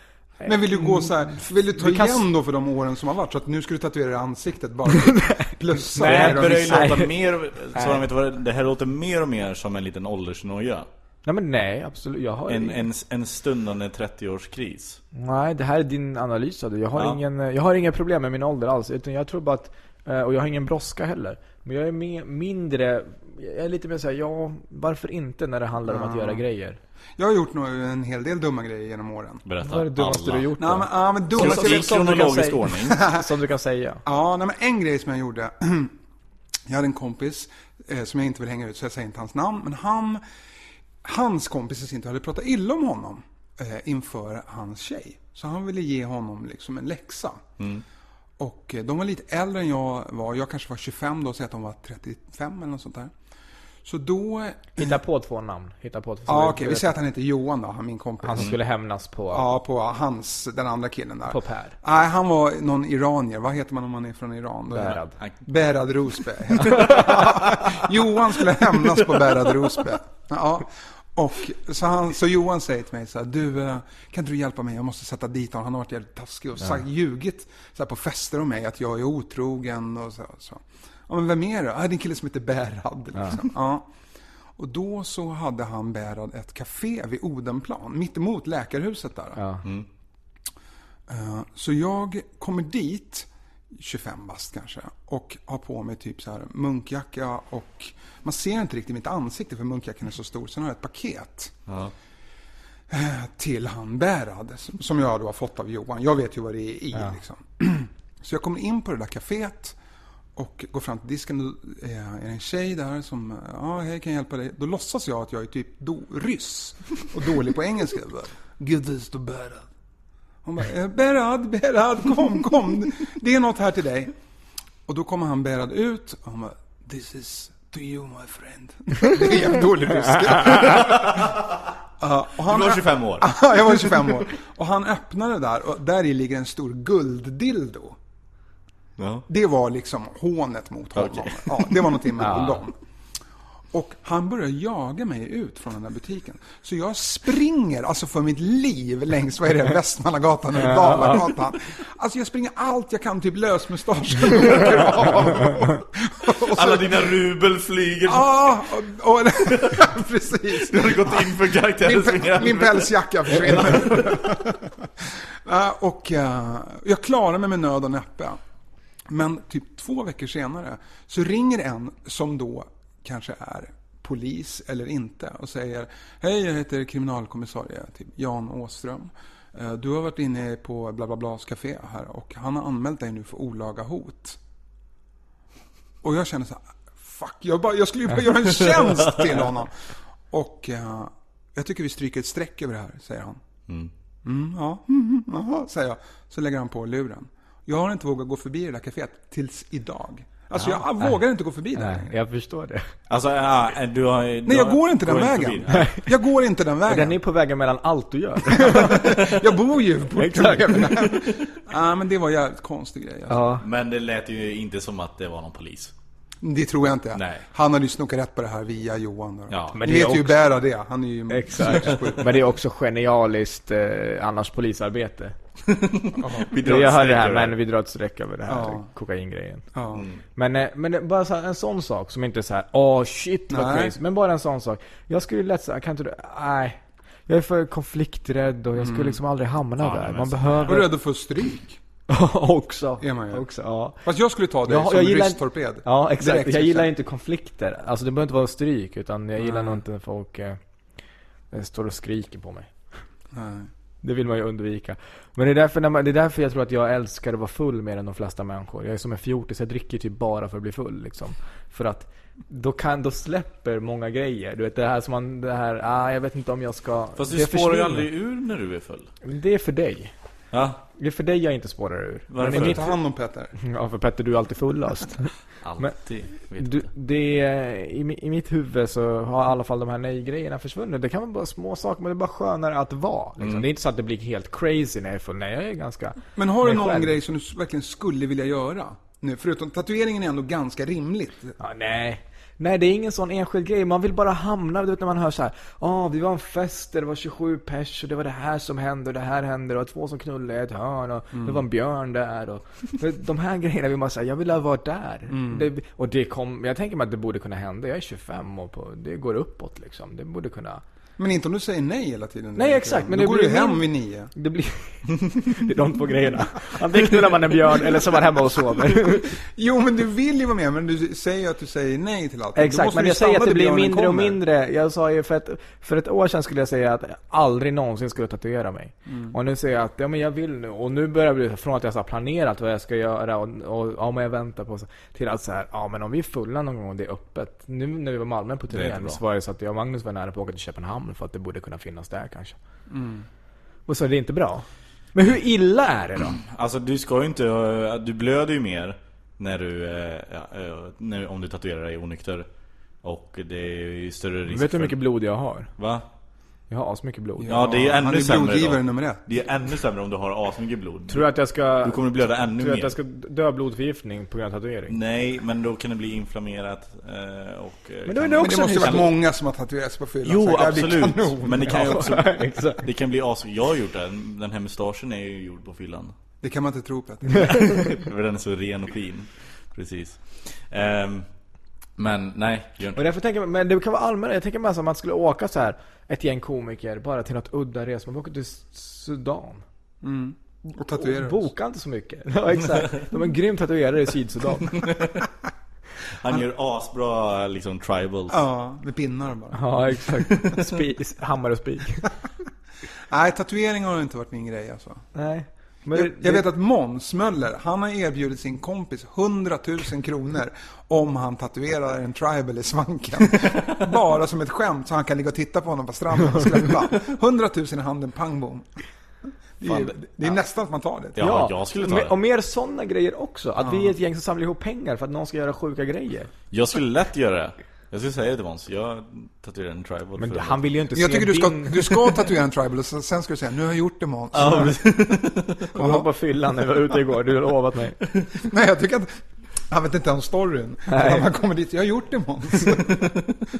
Speaker 3: Men vill du gå så här, vill du ta
Speaker 4: Vi kan-
Speaker 3: igen då för de åren som har varit? Så att nu ska du tatuera i ansiktet bara? Plussa
Speaker 1: Det här
Speaker 3: och
Speaker 1: börjar ju
Speaker 3: missa.
Speaker 1: låta mer, så de vet vad det, det här låter mer och mer som en liten åldersnoja.
Speaker 4: Nej men nej, absolut. Jag har
Speaker 1: En,
Speaker 4: ingen-
Speaker 1: en, en stundande 30-årskris.
Speaker 4: Nej, det här är din analys av det. Jag har,
Speaker 1: Ja.
Speaker 4: ingen, eh, jag har inga problem med min ålder alls. Utan jag tror bara att, eh, och jag har ingen brådska heller. Men jag är mer, mindre, jag är lite mer såhär, ja, varför inte när det handlar om att göra grejer?
Speaker 3: Jag har gjort nog en hel del dumma grejer genom åren.
Speaker 1: Berätta.
Speaker 4: Vad är det dummaste
Speaker 1: alla.
Speaker 4: du gjort då?
Speaker 3: Nej men, ja, men dumma...
Speaker 1: Så- I
Speaker 4: som du kan
Speaker 1: kronologisk
Speaker 4: säga.
Speaker 1: ordning.
Speaker 4: Som du kan säga.
Speaker 3: Ja, nej, men en grej som jag gjorde. Jag hade en kompis eh, som jag inte vill hänga ut så jag säger inte hans namn. Men han, hans kompis i sin tur hade pratat illa om honom eh, inför hans tjej. Så han ville ge honom liksom en läxa.
Speaker 4: Mm.
Speaker 3: Och eh, de var lite äldre än jag var. Jag kanske var 25 då, säg att de var 35 eller något sånt där. Så då...
Speaker 4: Hitta på två namn. Hitta på två
Speaker 3: Ja, okej. Vi säger att han heter Johan då, han min kompis.
Speaker 4: Han som skulle hämnas på...
Speaker 3: Ja, på hans, den andra killen där.
Speaker 4: På Per.
Speaker 3: Nej, han var någon iranier. Vad heter man om man är från Iran? Då är det-
Speaker 4: Berhad.
Speaker 3: Berhad Rosbe. Johan skulle hämnas på Berhad Rosbe. Ja. Och så, han, så Johan säger till mig så här, du eh, kan inte du hjälpa mig? Jag måste sätta dit honom. Han har varit jävligt taskig och sagt, ljugit så här, på fester om mig att jag är otrogen och så. så. Ja, men vem är du? Ah, det är en kille som heter Berhad. Liksom. Ja. Och då så hade han Berhad ett café vid Odenplan, mitt emot läkarhuset där.
Speaker 4: Ja.
Speaker 3: Eh, Så jag kommer dit, 25 bast kanske, och har på mig typ så här munkjacka och man ser inte riktigt mitt ansikte för munkjackan är så stor. Sen har jag ett paket eh, till han Berhad som- som jag då har fått av Johan. Jag vet ju vad det är i liksom. Så jag kommer in på det där caféet och går fram till disken. Då eh, är det en tjej där som, eh, ja hej kan jag hjälpa dig? Då låtsas jag att jag är typ do- ryss och dålig på engelska. Jag bara, Gud, det står Berhad. Hon bara, eh, Berhad, Berhad, kom, kom. Det är något här till dig. Och då kommer han Berhad ut och hon bara, This is to you my friend. Det är jävligt dålig ryska. Ja, och han-
Speaker 1: Du var 25 år.
Speaker 3: Ja, jag var 25 år. Och han öppnade där och där i ligger en stor gulddildo.
Speaker 1: Ja.
Speaker 3: Det var liksom hånet mot honom. Ja, det var någonting mellan dem. Och han börjar jaga mig ut från den där butiken. Så jag springer, alltså för mitt liv, längs, vad är det, Västmannagatan eller Dalagatan. Alltså jag springer allt jag kan, typ lösmustaschen åker av. Och så- Ah.
Speaker 1: Alla dina rubel flyger.
Speaker 3: Ja, och, och, precis.
Speaker 1: Du har gått in för karaktären
Speaker 3: Min,
Speaker 1: som
Speaker 3: pä-
Speaker 1: jävla-
Speaker 3: min pälsjacka försvinner. Ja, och eh, jag klarade mig med nöd och näppe. Men typ två veckor senare så ringer en som då kanske är polis eller inte och säger Hej, jag heter kriminalkommissarie typ Jan Åström. Eh, Du har varit inne på bla bla blas café här och han har anmält dig nu för olaga hot. Och jag känner så här, fuck, jag, bara, jag skulle ju bara göra en tjänst till honom. Och eh, jag tycker vi stryker ett streck över det här, säger han. Mm, ja, mm, aha, säger jag. Så lägger han på luren. Jag har inte vågat gå förbi det där kaféet tills idag. Alltså jag vågar inte gå förbi det
Speaker 4: Nej,
Speaker 3: längre.
Speaker 4: jag förstår det.
Speaker 1: Alltså, ja, du har, du
Speaker 3: Nej, jag
Speaker 1: har-
Speaker 3: går inte den
Speaker 1: förbi
Speaker 3: vägen.
Speaker 1: det.
Speaker 3: Jag går inte den vägen.
Speaker 4: Den är på vägen mellan allt du gör.
Speaker 3: Jag bor ju på
Speaker 4: Exakt.
Speaker 3: Ja, men det var en jävligt konstig grej. Alltså.
Speaker 1: Men det lät ju inte som att det var någon polis.
Speaker 3: Det tror jag inte.
Speaker 1: Nej.
Speaker 3: Han hade ju snokat rätt på det här via Johan. då.
Speaker 1: Ja,
Speaker 3: Ni
Speaker 4: men
Speaker 3: vet
Speaker 4: det är
Speaker 3: ju
Speaker 4: också-
Speaker 3: Bära det. Han är ju
Speaker 4: Exakt. Men det är också genialiskt eh, annars polisarbete.
Speaker 1: Vi drar
Speaker 4: Jag
Speaker 1: ett
Speaker 4: hör det
Speaker 1: streck
Speaker 4: här
Speaker 1: över
Speaker 4: men vi drar ett streck över det här kokaingrejen.
Speaker 3: Ja.
Speaker 4: Men, eh, men det- bara så här, en sån sak som inte är så här, åh shit vad
Speaker 3: Nej.
Speaker 4: crazy. Men bara en sån sak. Jag skulle lätt säga, kan inte du, nej. Jag är för konflikträdd och jag
Speaker 3: Mm.
Speaker 4: skulle liksom aldrig hamna där. Man
Speaker 3: Och
Speaker 4: behöver...
Speaker 3: rädd för stryk.
Speaker 4: också.
Speaker 3: Är man ju.
Speaker 4: Också, ja.
Speaker 3: Fast jag skulle ta det som rysstorped.
Speaker 4: Ja, exakt.
Speaker 3: Direkt,
Speaker 4: jag gillar
Speaker 3: liksom.
Speaker 4: inte konflikter. Alltså det behöver inte vara stryk, utan jag gillar nog inte när folk eh, eh, står och skriker på mig.
Speaker 3: Nej.
Speaker 4: Det vill man ju undvika. Men det är, därför när man, det är därför jag tror att jag älskar att vara full mer än de flesta människor. Jag är som en fjortis, jag dricker typ bara för att bli full liksom. För att då, kan, då släpper många grejer. Du vet det här som man, det här, ah, jag vet inte om jag ska...
Speaker 1: Fast
Speaker 4: det
Speaker 1: du spårar ju
Speaker 4: försvinner.
Speaker 1: aldrig ur när du är full.
Speaker 4: Det är för dig.
Speaker 1: Ja,
Speaker 4: Det är för dig jag inte spårar ur.
Speaker 1: Varför?
Speaker 4: Men i
Speaker 3: Får du
Speaker 4: mitt...
Speaker 3: ta hand om Petter?
Speaker 4: Ja, för Petter, du är alltid fullast.
Speaker 1: alltid. vet
Speaker 4: Du,
Speaker 1: inte.
Speaker 4: det, är- i, mi- I mitt huvud så har i alla fall de här nej-grejerna försvunnit. Det kan vara bara små saker, men det är bara skönare att vara. Liksom.
Speaker 1: Mm.
Speaker 4: Det är inte så att det blir helt crazy när jag är full. Nej, jag är ganska...
Speaker 3: Men har du
Speaker 4: mig
Speaker 3: någon
Speaker 4: själv.
Speaker 3: grej som du verkligen skulle vilja göra? Nu, förutom tatueringen är ändå ganska rimligt.
Speaker 4: Ja, nej. Nej, det är ingen sån enskild grej. Man vill bara hamna, du vet när man hör så här. Ja, vi var en fest där det var 27 pers och det var det här som hände och det här hände och det var två som knullade i ett hörn och det var en björn där och... För de här grejerna vill man säga, jag vill ha varit där. Det, och det kom, jag tänker mig att det borde kunna hända. Jag är 25 och på, det går uppåt liksom. Det borde kunna...
Speaker 3: Men inte om du säger nej hela tiden.
Speaker 4: Nej, exakt, men
Speaker 3: Då
Speaker 4: det
Speaker 3: går
Speaker 4: blir
Speaker 3: du hem
Speaker 4: min-
Speaker 3: vid nio.
Speaker 4: Det blir... det är de två grejerna. Antingen knullar man en björn eller så är man hemma och sover.
Speaker 3: Jo, men du vill ju vara med, men du säger ju att du säger nej till allt. Då
Speaker 4: Exakt,
Speaker 3: måste
Speaker 4: men
Speaker 3: du
Speaker 4: jag säger
Speaker 3: stanna
Speaker 4: att det
Speaker 3: där
Speaker 4: blir
Speaker 3: björnen
Speaker 4: mindre och
Speaker 3: kommer.
Speaker 4: mindre. Jag sa ju för ett, för ett år sedan skulle jag säga att jag aldrig någonsin skulle tatuera mig. Och nu säger jag att ja, men jag vill nu. Och nu börjar det bli från att jag så har planerat vad jag ska göra och, och ja, men jag väntar på så, Till att så här, ja men om vi är fulla någon gång och det är öppet. Nu när vi var i Malmö på turnén
Speaker 1: jättebra.
Speaker 4: så var det så att jag och Magnus var nära på att åka till Köpenhamn för att det borde kunna finnas där kanske. Och så är det inte bra. Men hur illa är det då?
Speaker 1: Alltså du ska ju inte, eh, du blöder ju mer när du, eh, ja, eh, när, om du tatuerar dig onykter. Och det är ju större risk
Speaker 4: Vet du hur
Speaker 1: för-
Speaker 4: mycket blod jag har?
Speaker 1: Va?
Speaker 4: Jag har asmycket blod.
Speaker 1: Ja, det är ju ännu
Speaker 3: Han är
Speaker 1: sämre
Speaker 3: blodgivare
Speaker 1: då.
Speaker 3: nummer ett.
Speaker 1: Det är ännu sämre om du har asmycket blod.
Speaker 4: Tror du att jag ska...
Speaker 1: Du kommer blöda ännu
Speaker 4: Tror du
Speaker 1: mer.
Speaker 4: att jag ska dö av blodförgiftning på grund av tatuering?
Speaker 1: Nej, men då kan det bli inflammerat eh, och... eh, kan-
Speaker 4: Men då är det
Speaker 3: Men det
Speaker 4: också
Speaker 3: måste ju
Speaker 4: en
Speaker 3: varit
Speaker 4: risk.
Speaker 3: många som har tatuerats på fyllan.
Speaker 1: Jo,
Speaker 3: sagt, "Ja, det är
Speaker 1: absolut.
Speaker 3: kanon."
Speaker 1: Men det kan ju också...
Speaker 4: Exakt.
Speaker 1: Det kan bli as... Jag har gjort det. Den här mustaschen är ju gjord på fyllan.
Speaker 3: Det kan man inte tro Petter.
Speaker 1: För den är så ren och fin. Precis. Ehm, men nej, gör inte
Speaker 4: Och därför tänker jag, men det kan vara allmänt. Jag tänker mig alltså att man skulle åka så här ett gäng komiker bara till något udda resmål. Man åker till Sudan.
Speaker 3: Och tatuerar oss.
Speaker 4: Boka inte så mycket. Ja, exakt. De är en grym tatuerare i Sydsudan.
Speaker 1: Han gör asbra liksom tribals.
Speaker 3: Ja, med pinnar bara.
Speaker 4: Ja, exakt. Spi- hammare och spik.
Speaker 3: Nej, tatueringar har inte varit min grej alltså.
Speaker 4: Nej. Men
Speaker 3: Jag, jag vet att Måns Möller, han har erbjudit sin kompis 100 000 kronor om han tatuerar en tribal i svanken. Bara som ett skämt så han kan ligga och titta på honom på stranden och skratta. 100 000 i handen, pang bom. Det är,
Speaker 1: Fan,
Speaker 3: ju-
Speaker 1: det-
Speaker 3: det är nästan att man tar det.
Speaker 1: Ja, jag skulle ta
Speaker 4: och
Speaker 1: det.
Speaker 4: mer- Och mer sådana grejer också. Att vi är ett gäng som samlar ihop pengar för att någon ska göra sjuka grejer.
Speaker 1: Jag skulle lätt göra det. Jag skulle säga det till Måns. Jag tatuerar en tribal.
Speaker 4: Men
Speaker 1: för-
Speaker 4: han vill ju inte
Speaker 3: Jag
Speaker 4: se
Speaker 3: tycker du ska,
Speaker 4: din...
Speaker 3: du ska tatuera en tribal och sen sen ska du säga nu har jag gjort det Måns.
Speaker 1: Ja, precis.
Speaker 4: Kommer ihåg på fyllan när vi var ute igår? Du har lovat mig.
Speaker 3: Nej, jag tycker att han vet inte ens storyn. Nej. Man kommer dit, jag har gjort det Måns.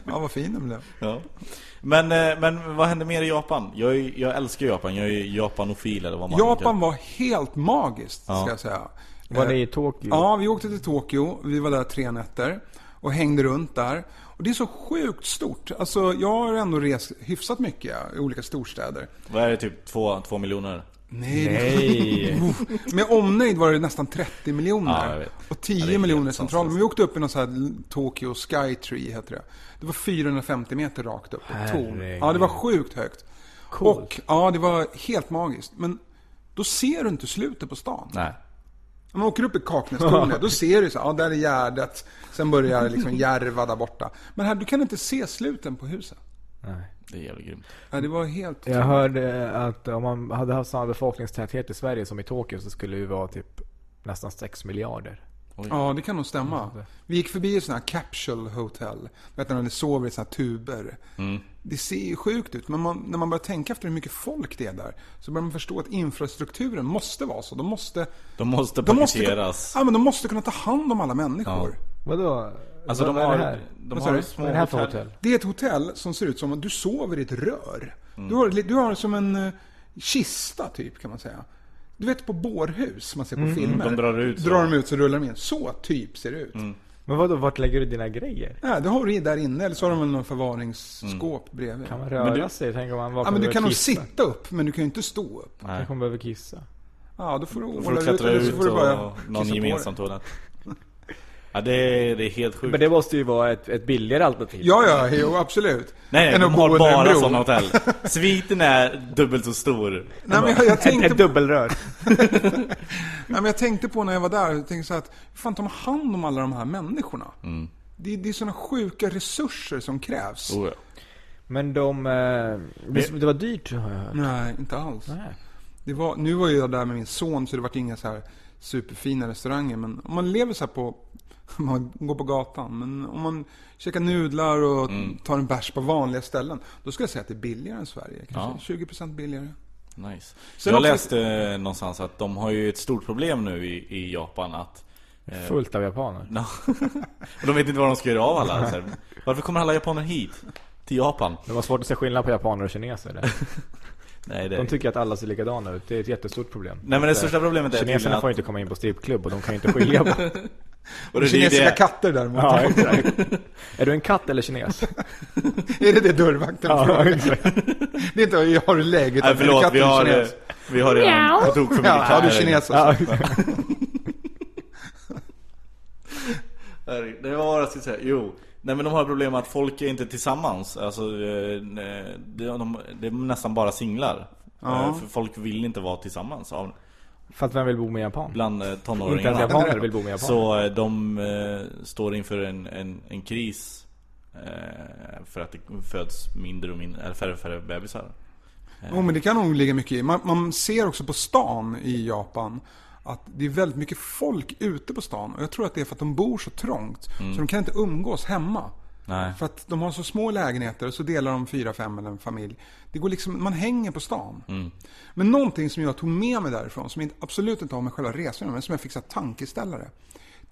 Speaker 3: ja, vad fin den blev.
Speaker 1: ja. men, eh, men vad hände mer i Japan? Jag, är- jag älskar Japan. Jag är japanofil eller vad man
Speaker 3: Japan var helt magiskt, ska jag säga.
Speaker 4: Var
Speaker 3: Eh,
Speaker 4: det i Tokyo?
Speaker 3: Ja, vi åkte till Tokyo. Vi var där tre nätter och hängde runt där. Och det är så sjukt stort. Alltså, jag har ändå rest hyfsat mycket i olika storstäder.
Speaker 1: Vad är det? Typ två, två miljoner?
Speaker 3: Nej.
Speaker 4: Nej.
Speaker 3: Med omnejd var det nästan 30
Speaker 1: Ja, jag
Speaker 3: miljoner.
Speaker 1: vet.
Speaker 3: och
Speaker 1: Ja,
Speaker 3: 10
Speaker 1: det är
Speaker 3: miljoner
Speaker 1: helt
Speaker 3: central. Men
Speaker 1: sanslöst.
Speaker 3: vi åkte upp i någon sån här Tokyo Sky Tree, heter det. Det var 450 meter rakt upp. Ett torn.
Speaker 4: Herregud.
Speaker 3: Ja, det var sjukt högt. Och, ja, det var helt magiskt. Men då ser du inte slutet på stan.
Speaker 1: Nej.
Speaker 3: Om man åker upp i Kaknästornet, då ser du så här, ja där är Gärdet, sen börjar liksom Järva där borta. Men här, du kan inte se sluten på husen.
Speaker 1: Det är jävligt grymt.
Speaker 3: Ja, det var helt...
Speaker 4: Jag hörde att om man hade haft samma befolkningstäthet i Sverige som i Tokyo så skulle det ju vara typ nästan 6 miljarder.
Speaker 1: Mm.
Speaker 3: Ja, det kan nog stämma. Vi gick förbi ett sånt här capsule hotel. Vet du, när ni sover i såna här tuber.
Speaker 1: Mm.
Speaker 3: Det ser ju sjukt ut, men man, när man börjar tänka efter hur mycket folk det är där så börjar man förstå att infrastrukturen måste vara så. De måste...
Speaker 1: De måste
Speaker 3: De måste,
Speaker 1: paketeras.
Speaker 3: ja, men de måste kunna ta hand om alla människor.
Speaker 4: Vadå?
Speaker 1: Alltså
Speaker 4: Vad
Speaker 1: de
Speaker 4: är
Speaker 1: har,
Speaker 4: det här?
Speaker 1: de
Speaker 3: Vad sa
Speaker 1: har
Speaker 3: du?
Speaker 1: små
Speaker 4: Vad är det här för hotell?
Speaker 3: Det är ett hotell som ser ut som att du sover i ett rör.
Speaker 1: Mm.
Speaker 3: Du, har, du har som en eh, kista typ kan man säga. Du vet på bårhus man ser på filmer.
Speaker 1: Mm, de drar Mm. ut så.
Speaker 3: Drar de ut så rullar de in. Så typ ser det ut.
Speaker 4: Men vadå, vart lägger du dina grejer?
Speaker 3: Nej, det har du ju där inne. Eller så har de väl någon
Speaker 1: Mm.
Speaker 3: förvaringsskåp bredvid.
Speaker 4: Kan man röra sig? Tänk om man vaknar
Speaker 3: Ja, men du
Speaker 4: och
Speaker 3: kan nog
Speaker 4: kissa.
Speaker 3: sitta upp, men du kan ju inte stå upp.
Speaker 1: Nej.
Speaker 4: Tänk om man behöver kissa.
Speaker 3: Ja, då får du
Speaker 1: Får du
Speaker 3: åla ut
Speaker 1: klättra
Speaker 3: eller så
Speaker 1: ut
Speaker 3: får du bara
Speaker 1: och
Speaker 3: kissa
Speaker 1: någon
Speaker 3: på
Speaker 1: gemensam
Speaker 3: dig.
Speaker 1: toalett. Ja, det är, det är helt sjukt.
Speaker 4: Men det måste ju vara ett, ett billigare alternativ.
Speaker 3: Ja, ja, jo, absolut.
Speaker 1: Nej, nej,
Speaker 3: Än
Speaker 1: de
Speaker 3: att bo
Speaker 1: har
Speaker 3: under en
Speaker 1: bara
Speaker 3: bro.
Speaker 1: sådana hotell. Sviten är dubbelt så stor.
Speaker 3: Nej, men jag, jag
Speaker 4: Ett,
Speaker 3: tänkte
Speaker 4: ett dubbelrör.
Speaker 3: Nej, men jag tänkte på när jag var där, jag tänkte så här att fan ta hand om alla de här människorna. Det, det är sådana sjuka resurser som krävs.
Speaker 1: Mm. Oh, ja.
Speaker 4: Men de... Eh, det, det var dyrt har jag hört.
Speaker 3: Nej, inte alls.
Speaker 4: Nej.
Speaker 3: Det var, nu var jag där med min son så det var inga så här superfina restauranger. Men om man lever så här på, man går på gatan. Men om man käkar nudlar och
Speaker 1: Mm.
Speaker 3: tar en bärs på vanliga ställen. Då skulle jag säga att det är billigare än Sverige. Kanske 20% billigare.
Speaker 1: Nice.
Speaker 3: Sen
Speaker 1: jag
Speaker 3: också-
Speaker 1: läste eh, någonstans att de har ju ett stort problem nu i, i Japan att
Speaker 4: Fullt av japaner.
Speaker 1: Ja. Och de vet inte vad de ska göra av alla. Så här, varför kommer alla japaner hit? Till Japan?
Speaker 4: Det var svårt att se skillnad på japaner och kineser. Där.
Speaker 1: Nej, det
Speaker 4: De tycker att alla ser likadana ut. Det är ett jättestort problem.
Speaker 1: Nej men det största problemet är tydligen
Speaker 4: Kineserna
Speaker 1: att...
Speaker 4: får inte komma in på strippklubb och de kan ju inte skilja på...
Speaker 1: Och det, är ju
Speaker 3: Kinesiska
Speaker 1: det,
Speaker 3: katter däremot.
Speaker 4: ja, exakt. Är du en katt eller kines?
Speaker 3: Är det det dörrvakten frågar?
Speaker 4: exakt.
Speaker 3: Det är inte jag har läget.
Speaker 1: nej,
Speaker 3: utan
Speaker 1: förlåt,
Speaker 3: katten
Speaker 1: vi
Speaker 3: är
Speaker 1: har, eh,
Speaker 3: kines.
Speaker 1: vi har redan på tok för mycket
Speaker 3: Ja, ja, du är
Speaker 1: här.
Speaker 3: kines
Speaker 4: Ja,
Speaker 3: alltså.
Speaker 4: exakt.
Speaker 1: Herregud, Det var vad jag skulle säga, jo. Nej men de har problem med att folk är inte tillsammans. Alltså, eh, nej, det, de, det är nästan bara singlar. Eh, För folk vill inte vara tillsammans av,
Speaker 4: För att vem vill bo med japan?
Speaker 1: bland eh, tonåringarna.
Speaker 4: Inte ens japaner vill bo med japaner.
Speaker 1: Så eh, de eh, står inför en, en, en kris eh, för att det föds mindre och mindre, eller färre och färre bebisar.
Speaker 3: Jo, men det kan nog ligga mycket i. Man, man ser också på stan i Japan att det är väldigt mycket folk ute på stan. Och jag tror att det är för att de bor så trångt. Så de kan inte umgås hemma.
Speaker 1: Nej.
Speaker 3: För att de har så små lägenheter och så delar de fyra, fem eller en familj. Det går liksom, man hänger på stan. Men någonting som jag tog med mig därifrån, som inte- absolut inte har med själva resan men som jag fick så här tankeställare.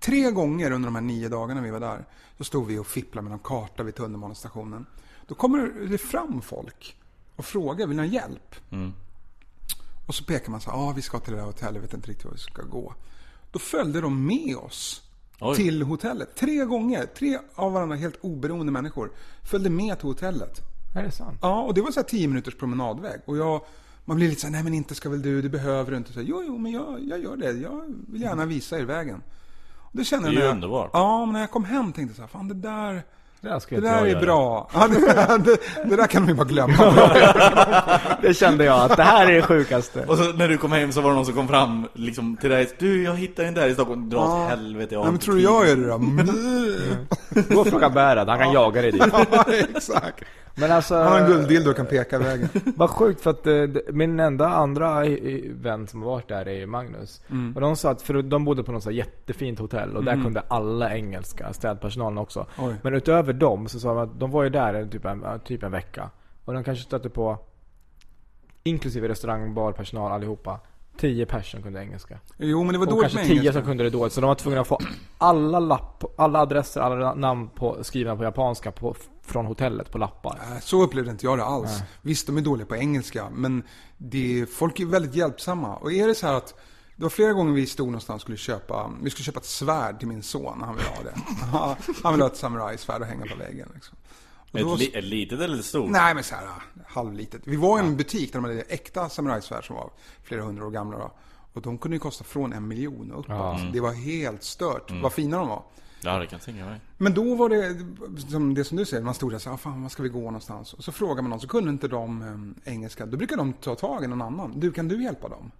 Speaker 3: Tre gånger under de här nio dagarna vi var där, så stod vi och fipplade med någon karta vid tunnelbanestationen. Då kommer det fram folk och frågar, vill ni ha hjälp? Och så pekar man så här, ah, vi ska till det där hotellet, vet inte riktigt var vi ska gå. Då följde de med oss
Speaker 1: Oj.
Speaker 3: till hotellet. Tre gånger, tre av varandra helt oberoende människor följde med till hotellet.
Speaker 4: Är det sant?
Speaker 3: Ja, och det var så här 10 minuters promenadväg. Och jag, man blir lite så här, nej men inte ska väl du, det behöver du inte. Så här, jo, jo, men jag, jag gör det. Jag vill gärna visa er vägen. Och det känner
Speaker 1: Det är
Speaker 3: jag
Speaker 1: ju
Speaker 3: när jag-
Speaker 1: underbart.
Speaker 3: Ja, men när jag kom hem tänkte jag så här, fan det där,
Speaker 4: Det där
Speaker 3: det
Speaker 4: skulle inte
Speaker 3: där
Speaker 4: jag
Speaker 3: är
Speaker 4: göra.
Speaker 3: bra. Ja, det, det, det där kan de ju bara glömma.
Speaker 4: Det kände jag att det här är det sjukaste.
Speaker 1: Och så när du kom hem så var det någon som kom fram liksom, till dig Du, jag hittade den där i Stockholm, dra åt helvete jag har
Speaker 3: Nej, men
Speaker 1: inte
Speaker 3: tror du
Speaker 1: tid.
Speaker 3: jag gör det då? Mm.
Speaker 4: Gå och fråga Bärad, han kan jaga dig dit.
Speaker 3: ja, exakt.
Speaker 4: Men alltså,
Speaker 3: Han har en gulddildo och kan peka vägen.
Speaker 4: vad sjukt för att eh, det- min enda andra i- i- vän som har varit där är Magnus.
Speaker 3: Mm.
Speaker 4: Och de sa att, för de bodde på något så här jättefint hotell och där kunde alla engelska, städpersonalen också.
Speaker 3: Oj.
Speaker 4: Men utöver dem så sa de att de var ju där en- typ en, typ en vecka. Och de kanske stötte på, inklusive restaurang, barpersonal allihopa, 10 personer kunde engelska.
Speaker 3: Jo, men det var
Speaker 4: Och
Speaker 3: dåligt
Speaker 4: kanske
Speaker 3: med
Speaker 4: tio som
Speaker 3: engelska.
Speaker 4: kunde det dåligt. Så de var tvungna att få alla, lapp, alla adresser, alla namn på, skrivna på japanska på, från hotellet på lappar.
Speaker 3: Äh, Så upplevde inte jag det alls. Visst, de är dåliga på engelska, men det, folk är väldigt hjälpsamma. Och är det så här att det var flera gånger vi stod någonstans och skulle köpa, vi skulle köpa ett svärd till min son, han vill ha det. Ja, han vill ha ett samurajsvärd att hänga på väggen. Liksom. Och då-
Speaker 1: Ett, li, ett litet eller ett stort?
Speaker 3: Nej men såhär, halvlitet. Vi var i en butik där de hade äkta samurajsvärd som var flera hundra år gamla då. Och de kunde ju kosta från en miljon och uppåt. Det var helt stört
Speaker 4: Mm.
Speaker 3: vad fina de var.
Speaker 1: Ja, det kan jag tänka mig
Speaker 3: Men då var det som, det som du säger, man stod där och sa, ah, fan vad ska vi gå någonstans? Och så frågar man någon, så kunde inte de em, engelska. Då brukar de ta tag i någon annan. Du, kan du hjälpa dem?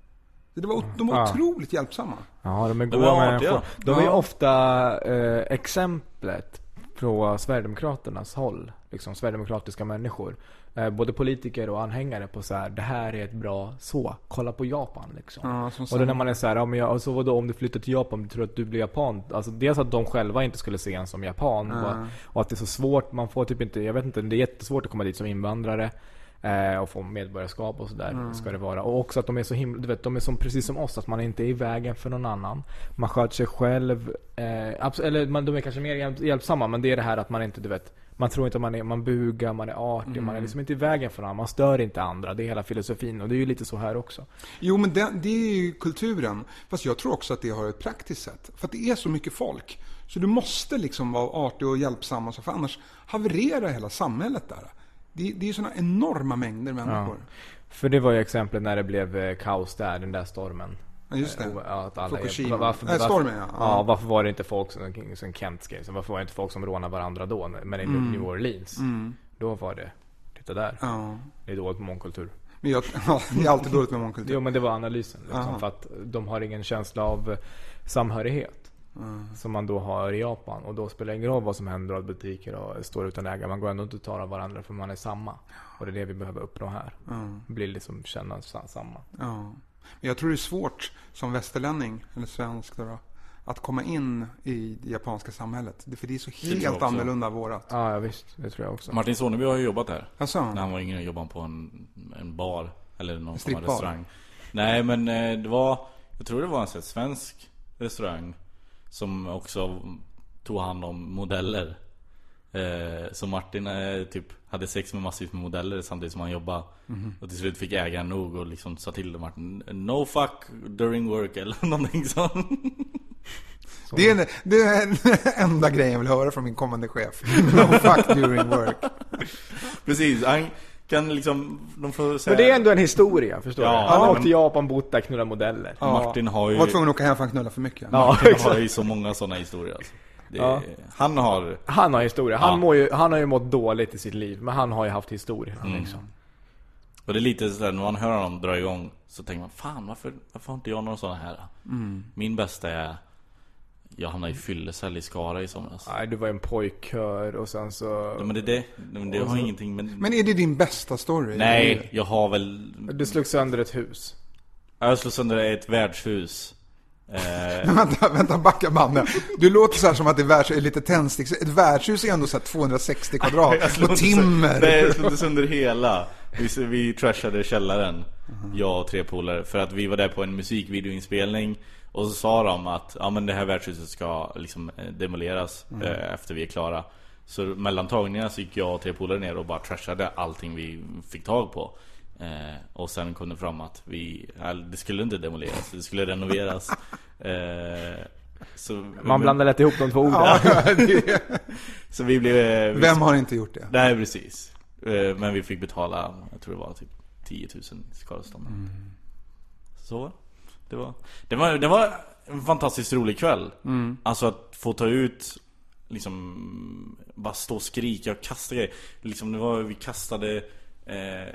Speaker 3: Det var, de
Speaker 4: Ah.
Speaker 3: var otroligt hjälpsamma.
Speaker 4: Ja, de är
Speaker 1: är
Speaker 4: goa
Speaker 1: artiga.
Speaker 4: människor. De är
Speaker 3: Ja.
Speaker 4: ofta eh, exemplet från Sverigedemokraternas håll. Liksom Sverigedemokratiska människor. Eh, både politiker och anhängare på så här, det här är ett bra så. Kolla på Japan liksom.
Speaker 3: Ja, som
Speaker 4: och då när man är så här, ja, men jag, alltså, vadå om du flyttar till Japan, tror du att du blir japan? Alltså dels att de själva inte skulle se en som japan. Och, och att det är så svårt, man får typ inte, jag vet inte, det är jättesvårt att komma dit som invandrare. Eh, och få medborgarskap och sådär ska det vara. Och också att de är så himla, du vet, de är som, precis som oss, att man inte är i vägen för någon annan. Man sköter sig själv. Eh, abs- eller man, de är kanske mer hjälp, hjälpsamma, men det är det här att man inte, du vet, man tror inte att man är, man bugar, man är artig, man är liksom inte i vägen för någon annan. Man stör inte andra. Det är hela filosofin och det är ju lite så här också.
Speaker 3: Jo, men det, det är ju kulturen. Fast jag tror också att det har ett praktiskt sätt. För att det är så mycket folk. Så du måste liksom vara artig och hjälpsam och så, för annars havererar hela samhället där. Det, det är ju sådana enorma mängder människor.
Speaker 4: För det var ju exemplet när det blev eh, kaos där, den där stormen.
Speaker 3: Ja, just
Speaker 4: Eh,
Speaker 3: det.
Speaker 4: och, ja, att alla
Speaker 3: Fukushima.
Speaker 4: varför,
Speaker 3: Nej,
Speaker 4: varför,
Speaker 3: stormen, ja.
Speaker 4: ja.
Speaker 3: Ja.
Speaker 4: varför var det inte folk som, som Kent skrev, så varför var det inte folk som rånade varandra då, men i New Orleans? Då var det, titta där.
Speaker 3: Mm. Ja.
Speaker 4: Det är dåligt med mångkultur.
Speaker 3: Men jag, ja, det är alltid dåligt med mångkultur.
Speaker 4: Jo men det var analysen liksom, för att de har ingen känsla av eh, samhörighet.
Speaker 3: Mm.
Speaker 4: Som man då har i Japan. Och då spelar det ingen roll vad som händer och att butiker och står utan ägare. Man går ändå inte att ta av varandra för man är samma. Och det är det vi behöver uppnå här.
Speaker 3: Mm.
Speaker 4: Blir liksom känna sa- samma.
Speaker 3: Ja. Men jag tror det är svårt som västerlänning, eller svensk då, då att komma in i det japanska samhället. Det- För det är så
Speaker 1: jag
Speaker 3: helt
Speaker 1: också.
Speaker 3: annorlunda vårat.
Speaker 4: Ja, ja visst. Det tror jag också.
Speaker 1: Martin Soneby har ju jobbat här.
Speaker 3: Alltså,
Speaker 1: När han var yngre jobbade han på en, en bar. Eller någon form av
Speaker 3: Strippbar.
Speaker 1: restaurang. Nej men eh, det var, jag tror det var en sån här svensk restaurang. Som också tog hand om modeller. Eh, så Martin eh, typ hade sex med massivt med modeller samtidigt som han jobbade. Och till slut fick ägaren nog och liksom sa till Martin No fuck during work eller någonting sånt.
Speaker 3: det, är, det är den enda grejen jag vill höra från min kommande chef. No fuck during work.
Speaker 1: Precis, han kan liksom, de får säga
Speaker 4: Men det är ändå en historia, förstår
Speaker 1: Ja,
Speaker 4: du? Han har
Speaker 1: men-
Speaker 4: åkt till Japan, bott där, knullat modeller.
Speaker 3: Ja.
Speaker 1: Martin har ju...
Speaker 3: Var tvungen att åka hem för han knullade för mycket.
Speaker 1: Martin har ju så många sådana historier alltså. det,
Speaker 4: Ja.
Speaker 1: Han har
Speaker 4: Han har historia. Han,
Speaker 1: Ja.
Speaker 4: mår ju, han har ju mått dåligt i sitt liv, men han har ju haft historia.
Speaker 1: Mm.
Speaker 4: Liksom.
Speaker 1: Och det är lite sådär, när man hör honom dra igång Så tänker man, fan varför, varför har inte jag några sådana här? Min bästa är Jag hamnade i fyllecell i Skara i somras
Speaker 4: Nej, du var ju en pojkkör och sen så...
Speaker 1: ja, Men det, det, men det har ingenting med...
Speaker 3: Men är det din bästa story?
Speaker 1: Nej, jag har väl...
Speaker 4: Du slog sönder ett hus.
Speaker 1: Jag slog sönder ett värdshus eh,
Speaker 3: Vänta, vänta, backa mannen. Du låter så här som att det är världs- lite tändsticks... Ett värdshus är ändå så här 260
Speaker 1: jag
Speaker 3: kvadrat
Speaker 1: slog
Speaker 3: och
Speaker 1: inte sönder- Nej,
Speaker 3: timmer.
Speaker 1: jag slog inte sönder hela Vi, vi trashade källaren Jag och tre polare För att vi var där på en musikvideoinspelning Och så sa de att ja, men det här värdshuset ska liksom eh, demoleras
Speaker 3: Mm.
Speaker 1: eh, Efter vi är klara Så mellan tagningarna så gick jag och tre polare ner och bara trashade allting vi fick tag på eh, Och sen kom det fram att vi, eh, det skulle inte demoleras Det skulle renoveras eh, så,
Speaker 4: Man blandar lätt ihop de två orden. Ja.
Speaker 1: så vi blev... eh, vi-
Speaker 3: Vem har inte gjort det?
Speaker 1: Nej precis. Eh, Men vi fick betala, jag tror det var typ 10 000 i skadestånd. Så var det. det var det. Var, det var en fantastiskt rolig kväll. Alltså att få ta ut Liksom Bara stå och skrika och kasta grejer. Liksom det var, vi kastade eh,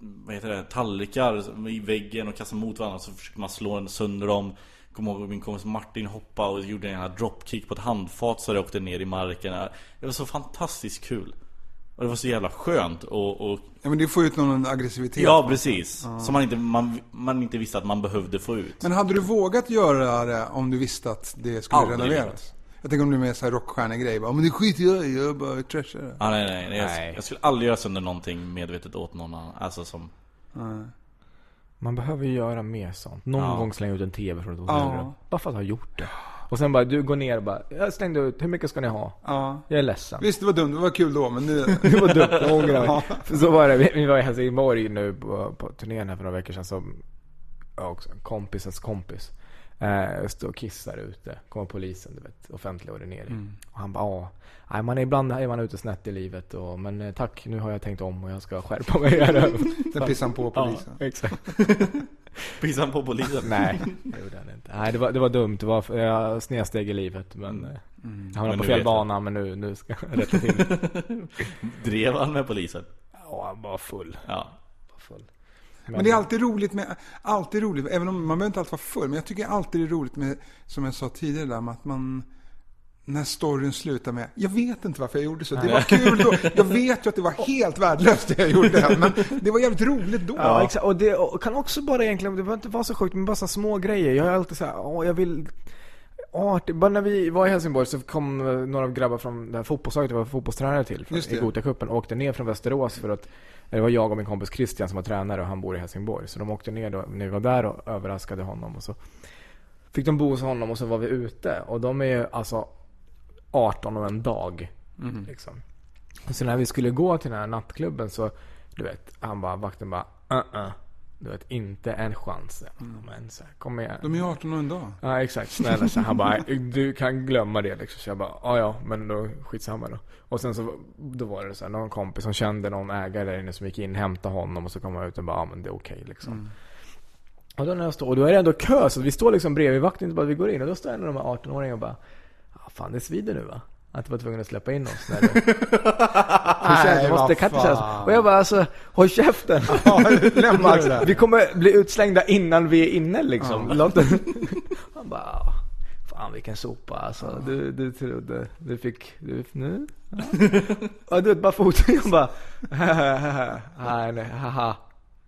Speaker 1: Vad heter det? Tallrikar i väggen och kastade mot varandra så försökte man slå den sönder dem. Kommer ihåg min kompis Martin hoppa och gjorde en här dropkick på ett handfat så det åkte ner i marken. Det var så fantastiskt kul. Och det var så jävla skönt och, och
Speaker 3: Ja, men du får ut någon aggressivitet.
Speaker 1: Ja precis, som man inte, man, man inte visste att man behövde få ut
Speaker 3: Men hade du vågat göra det om du visste att det skulle
Speaker 1: Aldrig.
Speaker 3: renoveras? Jag tänker om du är med så här rockstjärnegrej. Bara, men det skiter jag i, jag bara trashar det.
Speaker 1: ah, nej, nej, nej.
Speaker 4: Nej.
Speaker 1: Jag, jag skulle aldrig göra sönder någonting medvetet åt någon annan Alltså som
Speaker 4: Man behöver ju göra mer sånt. Någon
Speaker 1: Ja.
Speaker 4: gång slänga ut en TV från ett
Speaker 3: Ja.
Speaker 4: hotellrum. Bara för att ha gjort det. Och sen bara, du går ner och bara, jag slängde ut, hur mycket ska ni ha?
Speaker 3: Ja.
Speaker 4: Jag är ledsen.
Speaker 3: Visst, det var dumt, det var kul då, men nu...
Speaker 4: Det var dumt, jag ångrar mig. För Så var det, vi, vi var i Helsingborg nu på, på turnén här för några veckor sedan. Så, ja, också, en kompisens kompis. Eh, stod och kissar ute. Kommer polisen, du vet. Offentlig urinering.
Speaker 3: Mm.
Speaker 4: Och han bara, ja. nej, man är Ibland är man ute snett i livet. Och, men eh, tack, nu har jag tänkt om och jag ska skärpa mig. här."
Speaker 3: Sen pissade han på polisen.
Speaker 4: Ja, exakt.
Speaker 1: Pissade han på polisen?
Speaker 4: Nej, det gjorde han inte. Nej, det var, det var dumt. Det var, jag snedsteg i livet.
Speaker 3: Mm.
Speaker 4: Men eh, jag hamnade
Speaker 1: Men
Speaker 4: på
Speaker 1: nu
Speaker 4: fel
Speaker 1: vet jag.
Speaker 4: bana. Men nu, nu ska jag rätta till det.
Speaker 1: Drev han med polisen?
Speaker 4: Ja, han var full.
Speaker 1: Ja
Speaker 4: Bara full.
Speaker 3: Men det är alltid roligt med, alltid roligt, även om man behöver inte alltid vara full, men jag tycker alltid det är roligt med, som jag sa tidigare där, med att man, när storyn slutar med, jag vet inte varför jag gjorde så, det var kul då, jag vet ju att det var helt värdelöst det jag gjorde, men det var jävligt roligt då.
Speaker 4: Ja, exakt. Och det och kan också bara egentligen, det behöver inte vara så sjukt, men bara så här små grejer. Jag är alltid så här, åh jag vill... Åh, det, bara när vi var i Helsingborg så kom eh, några grabbar från det här fotbollslaget jag var fotbollstränare till från,
Speaker 3: Just det.
Speaker 4: i Gotacupen och åkte ner från Västerås för att det var jag och min kompis Christian som var tränare och han bor i Helsingborg. Så de åkte ner då, när vi var där och överraskade honom och så fick de bo hos honom och så var vi ute. Och de är ju alltså 18 och en dag. Liksom. Och så när vi skulle gå till den här nattklubben så, du vet, han bara, vakten bara, uh-uh. Du vet, inte en chans. Men så här, kom igen.
Speaker 3: De är ju 18 och en dag.
Speaker 4: Ja exakt, snälla så han bara, du kan glömma det liksom. Så jag bara, ja ja, men då skitsamma då. Och sen så då var det så här, någon kompis som kände någon ägare där inne som gick in, hämtade honom och så kom han ut och bara, ja men det är okej liksom. Och då när jag står, och då är det ändå kö så vi står liksom bredvid vakten och bara vi går in och då står en av de här 18-åringarna och bara, ja fan det svider nu va? Att du var tvungen att släppa in oss när du... Det känns, det måste, det kan inte kännas. Och jag bara alltså, håll käften! Max, vi kommer bli utslängda innan vi är inne liksom. Låt- Han bara, "Ah, Fan vilken sopa alltså. Du, du trodde, du fick, du, nu? Ja. Och du vet, bara foten, jag bara, nej nej, haha,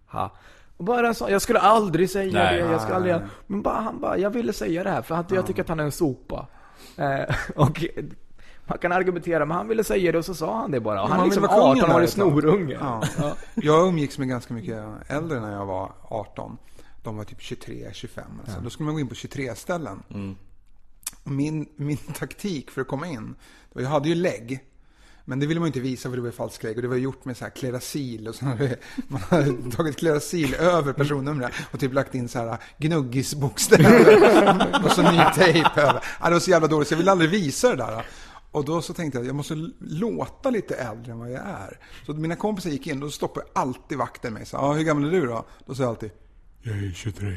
Speaker 4: ha. Och bara en sån, jag skulle aldrig säga
Speaker 1: Nej.
Speaker 4: det, jag skulle aldrig, men bara, han bara, jag ville säga det här för att jag tycker att han är en sopa. Eh, och man kan argumentera, men han ville säga det och så sa han det bara. Och han är
Speaker 3: man vill
Speaker 4: liksom
Speaker 3: vara kungen där
Speaker 4: 18 år och
Speaker 3: ett tag.
Speaker 4: snorunge.
Speaker 3: Ja. Jag umgicks med ganska mycket äldre när jag var 18. De var typ 23, 25. Alltså. Då skulle man gå in på 23-ställen. Min, min taktik för att komma in, det var- jag hade ju lägg. Men det ville man ju inte visa för det var ju falsk lägg. Och det var ju gjort med så här klerasil och så hade man hade tagit klerasil över personnumret och typ lagt in så här gnuggisbokstäver och så ny tejp över. Ja, det var så jävla dåligt så jag ville aldrig visa det där. Och då så tänkte jag jag måste l- låta lite äldre än vad jag är. Så att mina kompisar gick in, då stoppade alltid vakten mig. Så, här, ah, hur gammal är du då? Då sa jag alltid, jag är 23.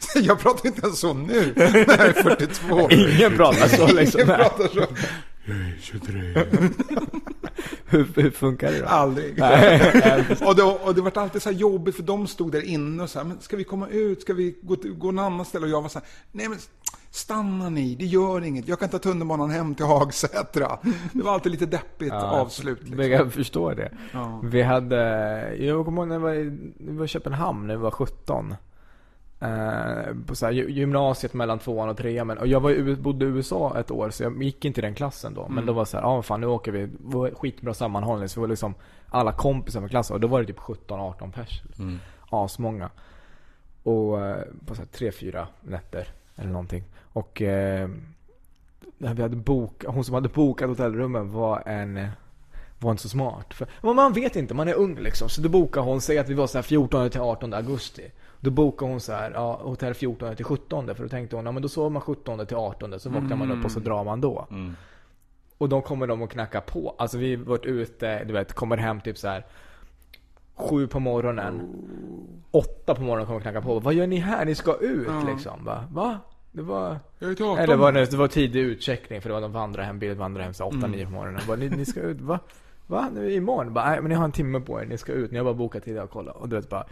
Speaker 3: Så jag pratar inte ens så nu, när jag är 42.
Speaker 4: Ingen pratar så liksom.
Speaker 3: Jag pratar så.
Speaker 4: hur, hur funkar det då?
Speaker 3: Aldrig. och, då, och det var alltid så här jobbigt för de stod där inne och så här, men ska vi komma ut? Ska vi gå, till- gå en annan ställe? Och jag var så här, nej men stanna ni, det gör inget. Jag kan ta tunnelbanan hem till Hagsätra. Det var alltid lite deppigt avslut. Liksom.
Speaker 4: Men jag förstår det. Vi hade, jag kommer ihåg när jag var, i- vi var i Köpenhamn när vi var 17. Eh, på så här, gy- gymnasiet mellan tvåan och trean. Men, och jag var, i U- bodde i USA ett år så jag gick inte i den klassen då.
Speaker 3: Mm.
Speaker 4: Men då var det så här, ja ah, fan nu åker vi. Det var skitbra sammanhållning. Så vi var liksom alla kompisar med klassen. Och då var det typ 17-18 pers.
Speaker 3: Mm.
Speaker 4: Asmånga. Och eh, på så här, tre, fyra nätter eller någonting. Och eh, när vi hade bok, hon som hade bokat hotellrummen var en var inte så smart. För, men man vet inte, man är ung liksom. Så då bokar hon, säg att vi var så här 14 till 18 augusti. Då bokar hon så här, ja, hotell 14 till 17 för då tänkte hon, ja men då sover man 17 till 18 så vaknar man upp och så drar man då. Och då kommer de och knackar på. Alltså vi har varit ute, du vet, kommer hem typ så här sju på morgonen. Åtta på morgonen kommer och knackar på. Vad gör ni här? Ni ska ut liksom. Va? Va? Det var...
Speaker 3: Jag är till 18.
Speaker 4: Eller var det, det var tidig utcheckning för det var de vandrade hem, bilen vandrade hem så 8-9
Speaker 3: Mm.
Speaker 4: på morgonen. Bara, ni, ni ska ut, va? Va? Nu, imorgon? Bara, nej men ni har en timme på er, ni ska ut. Ni har bara bokat tid och kolla. Och du vet bara.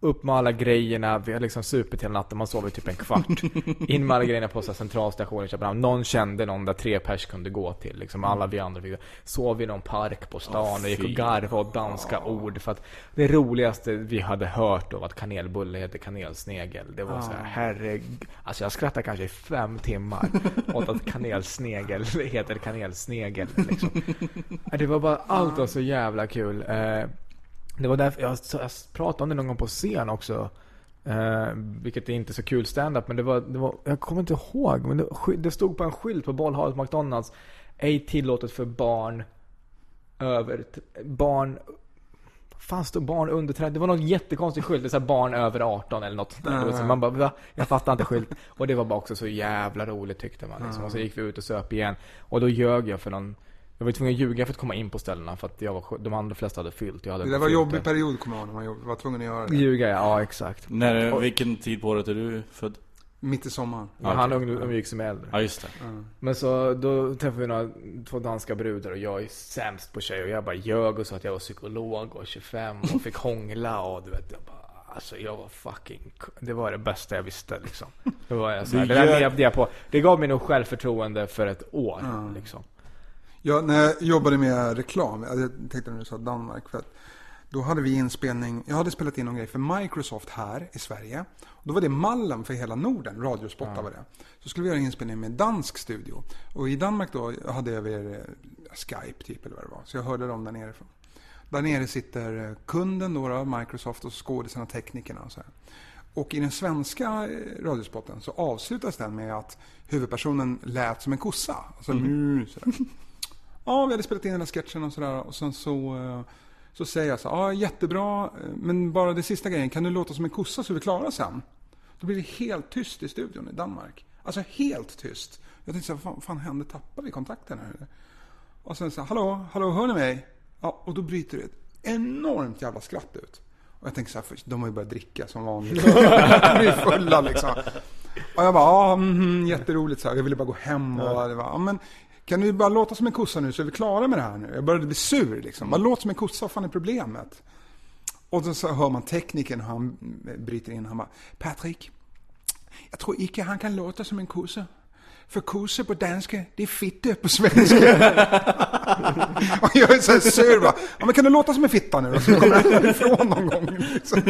Speaker 4: Upp med alla grejerna, vi har liksom supit hela natten, man sover typ en kvart. In med alla grejerna på så här centralstationen i Köpenhamn. Någon kände någon där tre pers kunde gå till. Liksom alla vi andra fick Sov i någon park på stan och gick och garvade och danska ord. För att det roligaste vi hade hört då var att kanelbulle heter kanelsnegel. Det var så här, herregud. Alltså jag skrattade kanske i fem timmar åt att kanelsnegel heter kanelsnegel. Liksom. Ja, Det var bara, allt var så jävla kul. Eh, det var därför, jag, jag pratade om det någon gång på scen också. Eh, vilket är inte så kul stand-up men det var, det var, jag kommer inte ihåg. Men det, sky- det stod på en skylt på bollhavet McDonalds. Ej tillåtet för barn över, t- barn Fan stod barn under 30? Det var någon jättekonstig skylt. Det är så här barn över 18 eller något. sånt där. Det var så- Man bara va? Jag fattar inte skylt. Och det var bara också så jävla roligt tyckte man. Liksom. Och så gick vi ut och söp igen. Och då ljög jag för någon. Jag var tvungen att ljuga för att komma in på ställena. För att jag var, sj- de andra flesta hade fyllt. Jag hade
Speaker 3: Det där var en
Speaker 4: fyllt
Speaker 3: jobbig period kommer jag ihåg, när man jobb- var tvungen att göra det.
Speaker 4: Ljuga ja, ja exakt.
Speaker 1: När, vilken tid på året är du född?
Speaker 3: Mitt i sommaren.
Speaker 4: Men han ung- umgicks med äldre.
Speaker 1: Ja just det.
Speaker 4: Men så då träffade vi några, två danska brudar och jag är sämst på tjejer. Och jag bara ljög och sa att jag var psykolog och 25 och fick hångla och du vet. Jag bara, alltså jag var fucking, k- det var det bästa jag visste liksom. Då var jag så här,
Speaker 1: Du
Speaker 4: det där
Speaker 1: ljög-
Speaker 4: levde jag på. Det gav mig nog självförtroende för ett år liksom.
Speaker 3: Jag, när jag jobbade med reklam, jag tänkte när du sa Danmark, för att då hade vi inspelning, jag hade spelat in någon grej för Microsoft här i Sverige. Då var det mallen för hela Norden, radiospottar var det. Så skulle vi göra en inspelning med dansk studio. Och i Danmark då hade jag över eh, Skype typ eller vad det var, så jag hörde dem där nerifrån. Där nere sitter eh, kunden då, då Microsoft och skådisarna, teknikerna och så här. Och i den svenska eh, radiospotten så avslutas den med att huvudpersonen lät som en kossa. Alltså, mm. sådär. Ja, vi hade spelat in den här sketchen och sådär och sen så, eh, så säger jag så här, ja jättebra, eh, men bara det sista grejen, kan du låta som en kossa så vi är klara sen? Då blir det helt tyst i studion i Danmark. Alltså helt tyst. Jag tänkte så här, vad fan, fan hände, tappar vi kontakten här eller? Och sen så här, hallå, hallå, hör ni mig? Ja, och då bryter det ett enormt jävla skratt ut. Och jag tänker så här, först, de har ju börjat dricka som vanligt. de är fulla liksom. Och jag bara, ja, mhm, jätteroligt så här. Jag ville bara gå hem och det var, ja, men kan du bara låta som en kossa nu så är vi klara med det här nu. Jag började bli sur liksom. Bara låt som en kossa, vad fan är problemet? Och då så hör man teknikern, han bryter in, han bara, Patrik, Jag tror inte han kan låta som en kosse. För kosse på danska, det är fitte på svenska. och jag är så här sur bara, ja, men kan du låta som en fitta nu då? Så kommer jag ifrån någon gång. Liksom.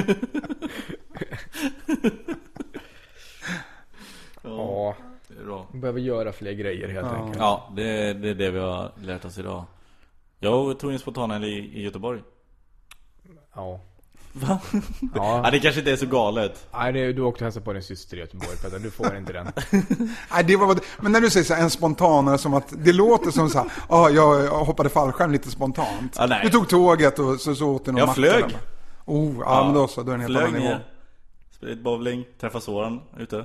Speaker 4: Ja,
Speaker 1: Det är bra.
Speaker 4: man behöver göra fler grejer helt enkelt.
Speaker 1: Ja, det, det är det vi har lärt oss idag. Jag tog en spontanhelg i, i Göteborg.
Speaker 4: Ja.
Speaker 1: Va? Ja,
Speaker 4: ja.
Speaker 1: det kanske inte är så galet.
Speaker 4: Nej, det, du åkte och hälsade på din syster i Göteborg Petter, du får inte den.
Speaker 3: Nej, det var, men när du säger så här, en spontanare som att det låter som så här, ah, jag jag hoppade fallskärm lite spontant.
Speaker 1: Ja, nej.
Speaker 3: du tog tåget och så, så åt du någon
Speaker 1: Jag
Speaker 3: macka
Speaker 1: flög.
Speaker 3: där bara. Oh, ja, men då så, då är det en helt
Speaker 1: Flög
Speaker 3: annan nivå.
Speaker 1: ner. Spelade lite bowling, träffade Soran ute.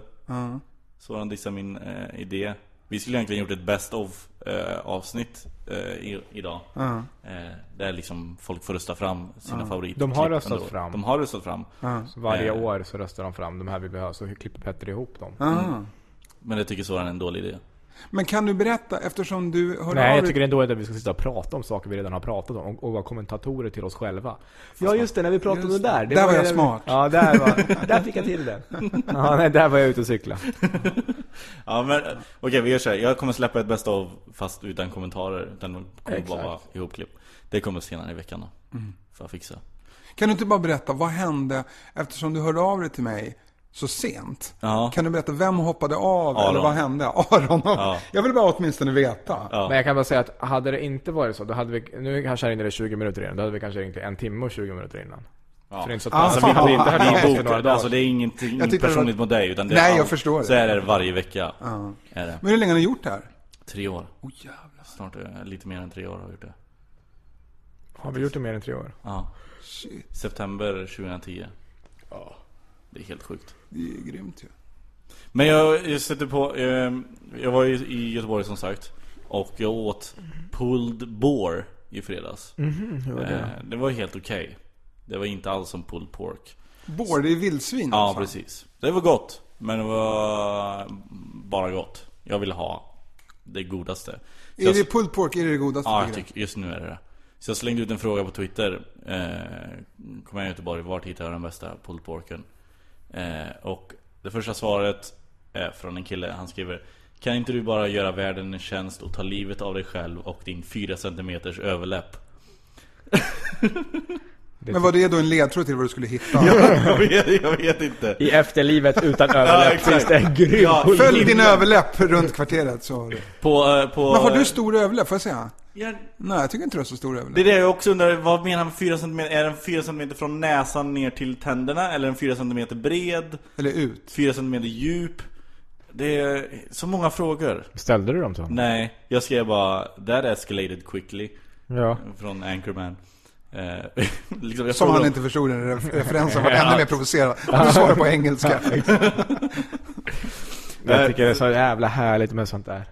Speaker 1: Soran dissade min eh, idé. Vi skulle egentligen gjort ett best of eh, avsnitt eh, i, idag. Eh, där liksom folk får rösta fram sina favoriter.
Speaker 4: De har röstat fram.
Speaker 1: De har röstat fram.
Speaker 4: Så varje
Speaker 1: Eh.
Speaker 4: år så röstar de fram de här vi behöver, så klipper Petter ihop dem.
Speaker 1: Men det tycker Soran är en dålig idé.
Speaker 3: Ah. Men kan du berätta, eftersom du hörde
Speaker 4: Nej,
Speaker 3: av
Speaker 4: jag
Speaker 3: dig-
Speaker 4: tycker det är dåligt att vi ska sitta och prata om saker vi redan har pratat om och och vara kommentatorer till oss själva. Ja, just det, när vi pratade om det där. Det
Speaker 3: Där var
Speaker 4: ju
Speaker 3: jag
Speaker 4: när vi-
Speaker 3: smart.
Speaker 4: Ja, där, var, där fick jag till det. Ja, nej, där var jag ute och cykla.
Speaker 1: Ja men okej vi gör så här. Jag kommer släppa ett best of fast utan kommentarer. Utan det kommer bara vara ihopklipp. Det kommer senare i veckan då. Får jag fixa.
Speaker 3: Kan du inte bara berätta, vad hände eftersom du hörde av dig till mig så sent?
Speaker 1: Ja.
Speaker 3: Kan du berätta, vem hoppade av eller
Speaker 1: Aron.
Speaker 3: vad hände? Aron.
Speaker 1: Ja.
Speaker 3: Jag vill bara åtminstone veta.
Speaker 4: Men jag kan bara säga att hade det inte varit så, då hade vi, nu kanske jag ringde det 20 minuter innan, då hade vi kanske ringt det en timme och 20 minuter innan. För det är inte så att
Speaker 3: Alltså,
Speaker 4: man-
Speaker 3: vi-
Speaker 4: hade inte hört av oss
Speaker 1: Vi
Speaker 4: för
Speaker 1: bokar,
Speaker 4: några dagar.
Speaker 1: alltså det är ingenting
Speaker 3: Jag tyckte det var-
Speaker 1: personligt mot dig utan det är
Speaker 3: Nej, jag
Speaker 1: allt.
Speaker 3: förstår det.
Speaker 1: Så är det varje vecka. Är det.
Speaker 3: Men hur länge har ni gjort det här?
Speaker 1: Tre år.
Speaker 3: Åh jävlar.
Speaker 1: Snart eh, lite mer än tre år har jag gjort det.
Speaker 4: Har vi gjort det mer än tre år?
Speaker 1: Ja.
Speaker 3: Shit,
Speaker 1: September 2010. Det är helt sjukt.
Speaker 3: det är ju grymt ju.
Speaker 1: Men jag, jag stötte på, eh, jag var ju i Göteborg som sagt Och jag åt pulled boar i fredags var det? Eh, det var helt okej Det var inte alls som pulled pork
Speaker 3: Bår, det är vildsvin
Speaker 1: Ja
Speaker 3: alltså.
Speaker 1: precis Det var gott Men det var bara gott Jag ville ha det godaste Så
Speaker 3: Är
Speaker 1: jag-
Speaker 3: det pulled pork, är det det godaste?
Speaker 1: Ja,
Speaker 3: du
Speaker 1: jag
Speaker 3: tycker?
Speaker 1: tycker, just nu är det det. Så jag slängde ut en fråga på Twitter. Eh, Kommer jag i Göteborg, vart hittar jag den bästa pulled porken? Eh, och det första svaret är från en kille, han skriver Kan inte du bara göra världen en tjänst och ta livet av dig själv och din 4 cm överläpp?
Speaker 3: Men var det då en ledtråd till vad du skulle hitta?
Speaker 1: jag, vet, jag vet inte.
Speaker 4: I efterlivet utan överläpp
Speaker 1: exakt.
Speaker 4: finns det en grym
Speaker 1: Ja,
Speaker 4: pull-
Speaker 3: Följ din överläpp runt kvarteret så har du.
Speaker 1: På, eh, på...
Speaker 3: Men har du stor överläpp? Får jag säga?
Speaker 1: Ja,
Speaker 3: Nej, jag tycker inte du har så stor
Speaker 1: Det är
Speaker 3: överläpp.
Speaker 1: det jag också undrar, vad menar han med 4 cm? Är den 4 cm från näsan ner till tänderna? Eller en 4 cm bred?
Speaker 3: Eller ut.
Speaker 1: 4 cm djup? Det är så många frågor.
Speaker 4: Ställde du dem till honom?
Speaker 1: Nej, jag skrev bara That escalated quickly
Speaker 4: Ja.
Speaker 1: Från Anchorman eh, liksom jag frågade
Speaker 3: Som han
Speaker 1: om-
Speaker 3: inte förstod den ref- referensen, var ännu mer provocerad. Och du svarade på engelska.
Speaker 1: Eh,
Speaker 4: Jag tycker det är så jävla härligt med sånt där.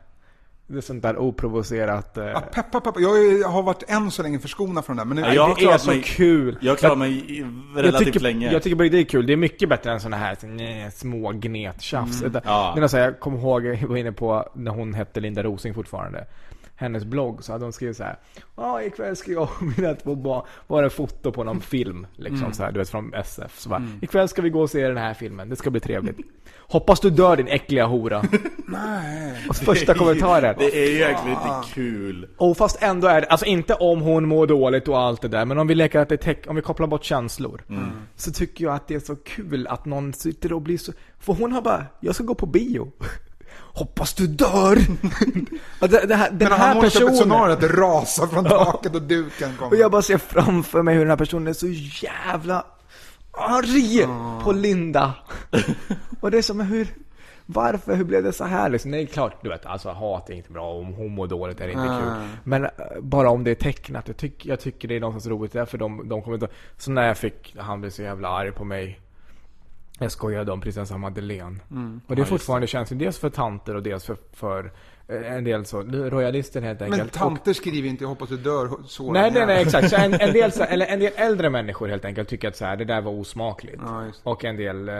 Speaker 4: Det är sånt där oprovocerat. eh,
Speaker 3: Ja, peppa, peppa. Jag är- Jag har varit än så länge förskonad från det här, men nu...
Speaker 1: Ja, jag har
Speaker 4: det är
Speaker 1: klarat
Speaker 4: så
Speaker 1: mig-
Speaker 4: kul.
Speaker 1: Jag klarar mig i- relativt
Speaker 4: jag tycker,
Speaker 1: länge
Speaker 4: Jag tycker bara det är kul. Det är mycket bättre än såna här så, nej, små gnettjafs. Mm.
Speaker 1: ja.
Speaker 4: Men alltså, jag kommer ihåg, jag var inne på när hon hette Linda Rosing fortfarande. Hennes blogg så hade hon skrivit så här. Ja, ikväll ska jag och mina två barn. Var det foto på någon film liksom
Speaker 1: Mm.
Speaker 4: så här, du vet från SF. Så bara, ikväll ska vi gå och se den här filmen. Det ska bli trevligt. Hoppas du dör din äckliga hora.
Speaker 3: Nej.
Speaker 4: Och första kommentaren.
Speaker 1: Det är ju egentligen
Speaker 3: Ah.
Speaker 1: inte kul
Speaker 4: Och fast ändå är det, alltså inte om hon mår dåligt och allt det där, men om vi leker att det täck, om vi kopplar bort känslor.
Speaker 3: Mm.
Speaker 4: Så tycker jag att det är så kul att någon sitter och blir så, för hon har bara, jag ska gå på bio. Hoppas du dör! Och det, det här, den
Speaker 3: Men han
Speaker 4: här
Speaker 3: målar upp ett
Speaker 4: personen.
Speaker 3: scenario att det rasar från taket och duken
Speaker 4: Och
Speaker 3: kommer.
Speaker 4: jag bara ser framför mig hur den här personen är så jävla arg
Speaker 3: Ah.
Speaker 4: på Linda. och det är som hur, varför, hur blev det så här liksom? Nej, klart du vet, alltså hat är inte bra, om hon mår dåligt är det
Speaker 3: Ah.
Speaker 4: inte kul. Men eh, bara om det är tecknat, jag, tyck, jag tycker det är någonstans roligt där för de, de kommer inte... Så när jag fick, han blev så jävla arg på mig. Jag skojade om prinsessan Madeleine.
Speaker 3: Mm.
Speaker 4: Och det är fortfarande känsligt, dels för tanter och dels för, för eh, en del så, royalister helt enkelt.
Speaker 3: Men
Speaker 4: Och-
Speaker 3: tanter skriver inte 'Jag hoppas du dör' så
Speaker 4: Nej, nej,
Speaker 3: länge.
Speaker 4: nej exakt. Så en, en, del, så, eller en del äldre människor helt enkelt tycker att så här, det där var osmakligt.
Speaker 3: Ja, just
Speaker 4: och en del eh,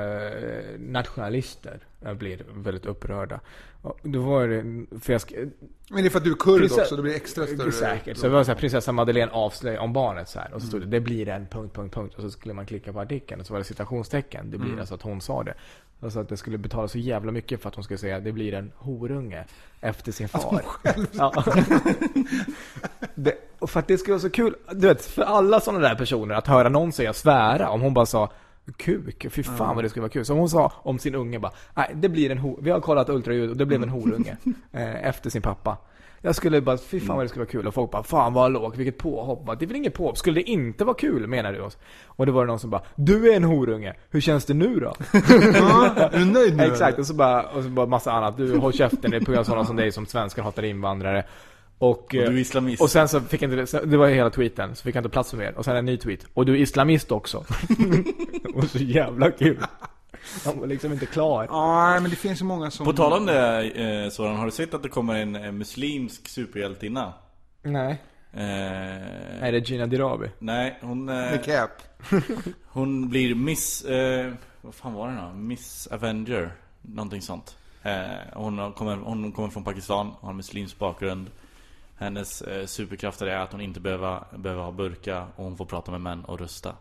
Speaker 4: nationalister eh, blir väldigt upprörda. Och då var det, för jag sk-
Speaker 3: Men det är för att du är kurd
Speaker 4: Prinsess-
Speaker 3: också, då blir det extra större.
Speaker 4: Säkert. Så det var så här, prinsessa Madeleine avslöjar om barnet så här. Och
Speaker 3: Mm. Mm.
Speaker 4: så stod det, det blir en punkt, punkt, punkt. Och så skulle man klicka på artikeln och så var det citationstecken. Det blir alltså att hon sa det. Alltså att jag skulle betala så jävla mycket för att hon skulle säga det blir en horunge efter sin far. ja. det, och för att det skulle vara så kul, du vet, för alla sådana där personer att höra någon säga svära. Om hon bara sa kuk, fy fan vad det skulle vara kul. Så om hon sa om sin unge bara, nej det blir en ho- vi har kollat ultraljud och det blev en horunge. eh, efter sin pappa. Jag skulle bara, fy fan vad det skulle vara kul. Och folk bara, fan vad låg, vilket påhopp. Bara, Det är väl inget påhopp, skulle det inte vara kul menar du? Och det var det någon som bara, du är en horunge, hur känns det nu då?
Speaker 3: Ja, är du nöjd nu?
Speaker 4: Exakt, och så, bara, och så bara massa annat. Du håll käften, det är på grund av sådana som dig som svenskar hatar invandrare. Och, och
Speaker 1: du är islamist.
Speaker 4: Och sen så fick jag inte, sen- det var hela tweeten, så fick jag inte plats med mer. Och sen en ny tweet. Och du är islamist också. och så jävla kul. Han var liksom inte klar.
Speaker 3: Ja, men det finns ju många som...
Speaker 1: På tal om det eh, Soran, har du sett att det kommer en eh, muslimsk superhjältinna?
Speaker 4: Nej.
Speaker 1: Eh,
Speaker 4: Är det Gina Dirawi?
Speaker 1: nej, hon, eh,
Speaker 3: Med cap.
Speaker 1: hon blir Miss... Eh, vad fan var det då? Miss Avenger? Någonting sånt. Eh, hon, har- kommer, hon kommer från Pakistan, har muslimsk bakgrund. Hennes eh, superkrafter är att hon inte behöver, behöver ha burka och hon får prata med män och rösta.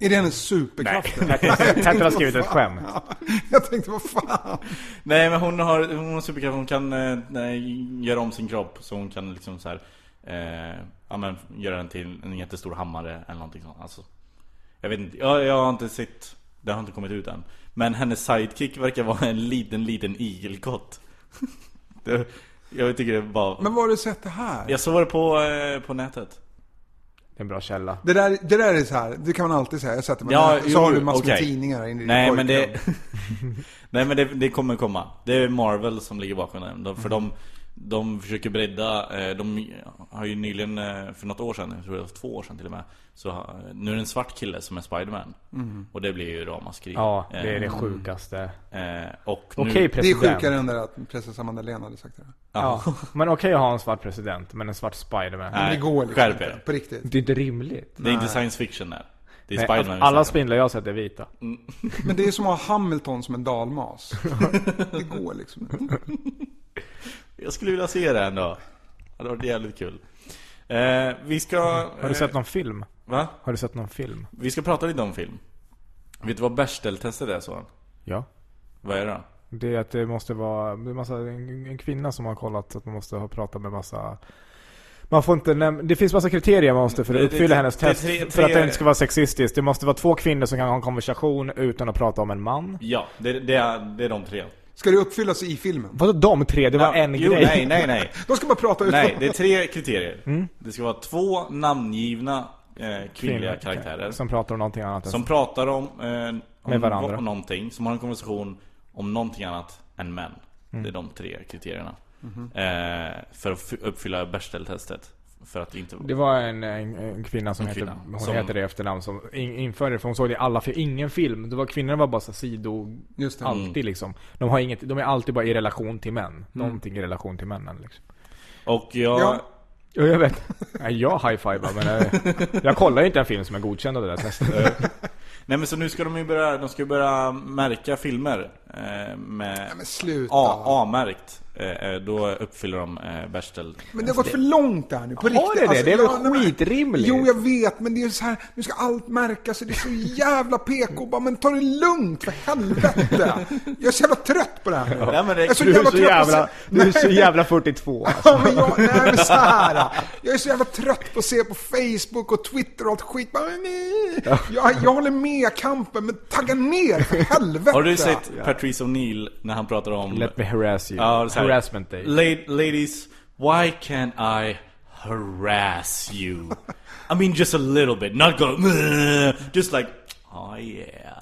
Speaker 3: Är det hennes superkraft?
Speaker 4: Petter har skrivit ett skämt.
Speaker 3: Jag tänkte, vad fan?
Speaker 1: Nej men hon har, hon har superkraft, hon kan eh, nej, göra om sin kropp så hon kan liksom så här, eh, ja, men, göra den till en jättestor hammare eller någonting sånt alltså, Jag vet inte, jag, jag har inte sett, det har inte kommit ut än Men hennes sidekick verkar vara en liten liten igelkott det, Jag tycker det är bara
Speaker 3: Men var har du sett det här?
Speaker 1: Jag såg det på, eh, på nätet
Speaker 4: Det är en bra källa.
Speaker 3: Det där, det där är så här, det kan man alltid säga. Jag sätter mig
Speaker 1: Ja,
Speaker 3: ja, så
Speaker 1: jo,
Speaker 3: har du massor med
Speaker 1: okej.
Speaker 3: tidningar in i ditt
Speaker 1: Nej men
Speaker 3: pojkrum.
Speaker 1: det Nej men det, det kommer komma Det är Marvel som ligger bakom den de, För
Speaker 3: Mm.
Speaker 1: de, de försöker bredda eh, De har ju nyligen eh, För något år sedan, jag tror det var två år sedan till och med så, ha- Nu är det en svart kille som är Spiderman
Speaker 3: Mm.
Speaker 1: Och det blir ju ramaskri
Speaker 4: Ja, det är det
Speaker 1: Eh,
Speaker 4: sjukaste.
Speaker 1: eh, Och nu,
Speaker 4: Okej
Speaker 3: Det är
Speaker 4: president.
Speaker 3: sjukare än det där att prinsessan Madeleine hade sagt det. där.
Speaker 4: Ja. Men okej att ha en svart president, men en svart Spiderman.
Speaker 1: nej,
Speaker 3: Det går liksom
Speaker 1: skärp
Speaker 3: inte,
Speaker 1: er
Speaker 3: på riktigt.
Speaker 4: Det är inte rimligt.
Speaker 1: Det är inte science fiction där Det är
Speaker 4: Nej,
Speaker 1: Spiderman vi
Speaker 4: alla
Speaker 1: snackar om.
Speaker 4: spindlar jag har sett är vita.
Speaker 3: Men det är som att ha Hamilton som en dalmas. Det går liksom inte.
Speaker 1: Jag skulle vilja se det ändå Det hade varit jävligt kul eh, Vi ska
Speaker 4: Har du
Speaker 1: Eh.
Speaker 4: sett någon film?
Speaker 1: Va?
Speaker 4: Har du sett någon film?
Speaker 1: Vi ska prata lite om film Vet du vad Bechdel-testet är så?
Speaker 4: Ja.
Speaker 1: Vad är det då?
Speaker 4: Det är att det måste vara det är massa, en, en kvinna som har kollat att man måste ha pratat med massa man får inte näm- det finns massa kriterier man måste för att
Speaker 1: Det- det-
Speaker 4: uppfylla hennes
Speaker 1: det är
Speaker 4: test.
Speaker 1: tre-
Speaker 4: för att
Speaker 1: tre-
Speaker 4: det inte ska vara sexistiskt. Det måste vara två kvinnor som kan ha en konversation utan att prata om en man.
Speaker 1: Ja, det, det, är, det är de tre
Speaker 3: Ska det uppfyllas i filmen?
Speaker 4: Vadå de tre? Det var
Speaker 1: Ja,
Speaker 4: en
Speaker 1: jo,
Speaker 4: grej.
Speaker 1: Nej, nej, nej
Speaker 3: De ska bara prata ut.
Speaker 1: Nej, det är tre kriterier
Speaker 4: Mm.
Speaker 1: Det ska vara två namngivna eh, kvinnliga karaktärer som,
Speaker 4: Som pratar om någonting annat. Som...
Speaker 1: pratar om, eh, om
Speaker 4: Med varandra.
Speaker 1: va- någonting, som har en konversation om någonting annat än män
Speaker 4: Mm.
Speaker 1: Det är de tre kriterierna eh, För att f- uppfylla Bechdel-testet För att inte...
Speaker 4: Det var en, en, en kvinna som,
Speaker 1: En kvinna
Speaker 4: heter, hon
Speaker 1: som-
Speaker 4: heter det i efternamn som in, införde det. För hon såg det i alla, fi- ingen film. Det var, kvinnorna var bara så sido...
Speaker 3: Just det.
Speaker 1: Mm.
Speaker 4: Alltid liksom. De, har inget, de är alltid bara i relation till män. Någonting i relation till männen liksom.
Speaker 1: Och jag...
Speaker 3: Ja.
Speaker 4: Ja, jag vet. Nej, jag high-fivar men eh, jag kollar ju inte en film som är godkänd av det där testet.
Speaker 1: Nej men så nu ska de ju börja, de ska ju börja märka filmer eh, med
Speaker 3: Men sluta.
Speaker 1: A- A-märkt eh, eh, Då uppfyller de eh, Bechdel
Speaker 3: Men det har gått för långt där nu, på riktigt.
Speaker 4: Alltså,
Speaker 3: Alltså,
Speaker 4: det det? Det är väl
Speaker 3: ja, nej, men-
Speaker 4: skitrimligt?
Speaker 3: Jo, jag vet, men det är så här, nu ska allt märkas och det är så jävla PK. Bara, men ta det lugnt, för helvete! Jag är så jävla trött på det här nu.
Speaker 1: Nej, men det-
Speaker 3: jag är så
Speaker 4: Du är
Speaker 3: jävla
Speaker 4: så
Speaker 3: trött på att
Speaker 4: jävla,
Speaker 3: se-
Speaker 4: du är
Speaker 3: Nej.
Speaker 4: så jävla alltså. 42.
Speaker 3: Ja, men jag, nej, men så här, jag är så jävla trött på att se på Facebook och Twitter och allt skit. Bara, nej. Jag, jag håller med kampen, men tagga ner för helvete!
Speaker 1: Har du sett Patrice O'Neill när han pratar om...
Speaker 4: Let me harass you.
Speaker 1: Ja, det är så här,
Speaker 4: Harassment day.
Speaker 1: "La- Ladies, why can't I harass you? I mean just a little bit, not go... Just like... Oh yeah.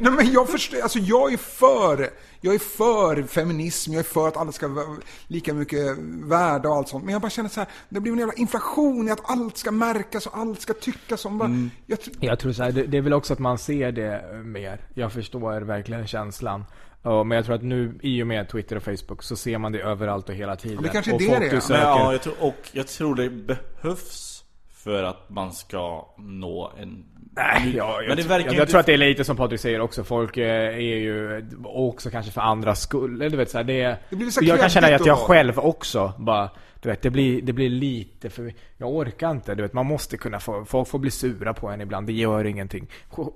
Speaker 3: Nej men jag förstår, alltså jag är för, jag är för feminism, jag är för att alla ska vara lika mycket värda och allt sånt. Men jag bara känner så här, det blir en jävla inflation i att allt ska märkas och allt ska tyckas som bara,
Speaker 4: Mm.
Speaker 3: jag, tr-
Speaker 4: Jag tror så här, det, det är väl också att man ser det eh, mer. Jag förstår verkligen känslan. Ja, men jag tror att nu, i och med Twitter och Facebook, så ser man det överallt och hela tiden.
Speaker 3: Det kanske är
Speaker 4: och
Speaker 3: det
Speaker 4: folk
Speaker 3: det är.
Speaker 4: du
Speaker 3: Men
Speaker 1: Men
Speaker 4: söker.
Speaker 1: ja, jag tror, och jag tror det behövs för att man ska nå en...
Speaker 4: Nej, ja, jag,
Speaker 1: Men det
Speaker 4: tr-
Speaker 1: verkar
Speaker 4: jag,
Speaker 1: ju
Speaker 4: jag
Speaker 1: inte-
Speaker 4: tror att det är lite som Patrik säger också. Folk eh, är ju också kanske för andras skull. Eller du vet, så här, det, är-
Speaker 3: Det blir så
Speaker 4: jag kan känna
Speaker 3: kreddigt
Speaker 4: att jag
Speaker 3: att vara-
Speaker 4: själv också bara Du vet, det blir, det blir lite för... Jag orkar inte. Du vet, man måste kunna få... Folk får bli sura på en ibland. Det gör ingenting.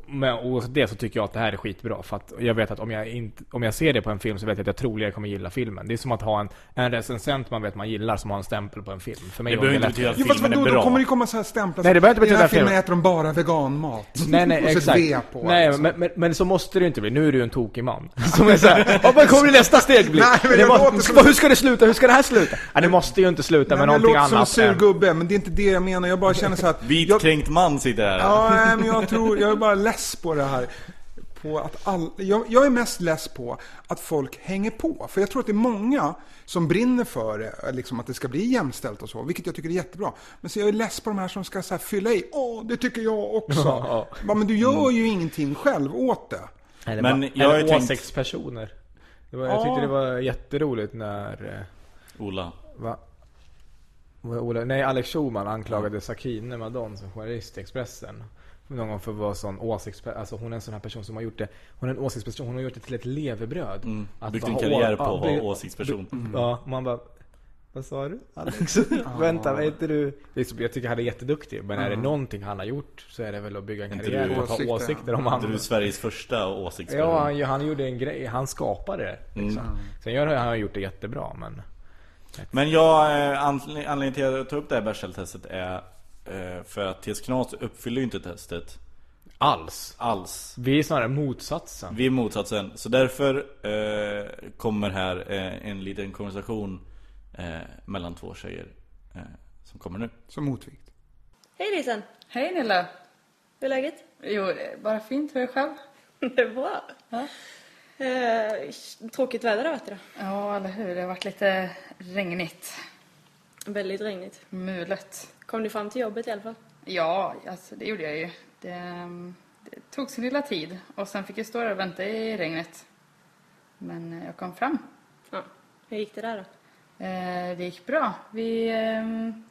Speaker 4: Men oavsett det så tycker jag att det här är skitbra. För att jag vet att om jag, inte, om jag ser det på en film så vet jag att jag troligen kommer gilla filmen. Det är som att ha en, en recensent man vet man gillar som har en stämpel på en film. För mig
Speaker 1: Det
Speaker 4: är
Speaker 1: behöver
Speaker 4: det
Speaker 1: inte betyda
Speaker 4: lättare.
Speaker 1: att
Speaker 3: Jo, fast
Speaker 1: filmen
Speaker 3: vadå,
Speaker 1: är
Speaker 3: då
Speaker 1: bra.
Speaker 3: kommer det komma så här stämplar.
Speaker 4: Nej, det behöver inte
Speaker 3: I den här
Speaker 4: betyda fel.
Speaker 3: filmen äter de bara veganmat.
Speaker 4: Nej, nej,
Speaker 3: och så
Speaker 4: exakt.
Speaker 3: ett V på.
Speaker 4: nej,
Speaker 3: liksom.
Speaker 4: men, men, men så måste det ju inte bli. Nu är du ju en tokig man. Som är såhär, ja men kommer det nästa steg bli?
Speaker 3: Nej, men
Speaker 4: Det
Speaker 3: det
Speaker 4: var-
Speaker 3: låter som-
Speaker 4: "Vad- Hur ska det sluta? Hur ska det här sluta? Ja, det måste ju inte sluta
Speaker 3: Nej, men
Speaker 4: med
Speaker 3: jag
Speaker 4: någonting
Speaker 3: låter som en
Speaker 4: annat
Speaker 3: sur
Speaker 4: än...
Speaker 3: gubbe, men det är inte det jag menar. Jag bara känner så här att... jag,
Speaker 1: Vitkränkt man sitter här.
Speaker 3: Ja, nej, men jag tror, jag är bara less på det här. På att all, jag, jag är mest less på att folk hänger på. För jag tror att det är många som brinner för det, liksom att det ska bli jämställt och så, vilket jag tycker är jättebra. Men så jag är less på de här som ska så här fylla i. Åh, det tycker jag också.
Speaker 4: Ja.
Speaker 3: Ja, men du gör ju ingenting själv åt det.
Speaker 4: Nej, det
Speaker 1: Men
Speaker 4: var-
Speaker 1: jag har ju
Speaker 4: eller
Speaker 1: tänkt-
Speaker 4: åsiktspersoner. Det var, jag tyckte det var jätteroligt när... eh,
Speaker 1: Ola.
Speaker 4: Va? Vad- Ola, nej, Alex Schulman anklagade Sakine Madon som journalist i Expressen. Någon gång för att vara sån åsiktsperson. Alltså hon är en sån här person som har gjort det. Hon är en åsiktsperson. Hon har gjort det till ett levebröd. Att
Speaker 1: Mm.
Speaker 4: Mm.
Speaker 1: Byggt
Speaker 4: vara
Speaker 1: en karriär
Speaker 4: å-
Speaker 1: på
Speaker 4: ja,
Speaker 1: att vara
Speaker 4: bygg-
Speaker 1: åsiktsperson.
Speaker 4: Ja, man bara... Vad sa du Alex? Vänta, är inte du... Liksom, jag tycker han är jätteduktig. Men är det någonting han har gjort så är det väl att bygga en
Speaker 1: Inte
Speaker 4: karriär
Speaker 1: du-
Speaker 4: och ha
Speaker 3: Åsikter.
Speaker 4: åsikter om
Speaker 1: Du
Speaker 4: andra.
Speaker 1: är Sveriges första åsiktsperson.
Speaker 4: Ja, han, han gjorde en grej. Han skapade det. Liksom. Sen gör, han har gjort det jättebra, men...
Speaker 1: Men jag, eh, anledning- anledningen till att jag tar upp det här Bechdel-testet är eh, för att TS Knas uppfyller ju inte testet
Speaker 4: Alls.
Speaker 1: alls.
Speaker 4: Vi är snarare motsatsen.
Speaker 1: Vi är motsatsen. Så därför eh, kommer här eh, en liten konversation eh, mellan två tjejer eh, som kommer nu.
Speaker 3: Som motvikt.
Speaker 5: Hej Lisen!
Speaker 6: Hej Nilla!
Speaker 5: Hur är läget?
Speaker 6: Jo, det är bara fint. Hur är det själv?
Speaker 5: Det är bra. Eh, tråkigt väder har varit idag.
Speaker 6: Ja, eller hur. Det har varit lite regnigt.
Speaker 5: Väldigt regnigt.
Speaker 6: Mulet.
Speaker 5: Kom du fram till jobbet i alla fall?
Speaker 6: Ja, alltså, det gjorde jag ju. Det, ehm, det tog sin lilla tid och sen fick jag stå där och vänta i regnet. Men eh, jag kom fram.
Speaker 5: Ja. Hur gick det där då?
Speaker 6: Eh, Det gick bra. Vi, ehm,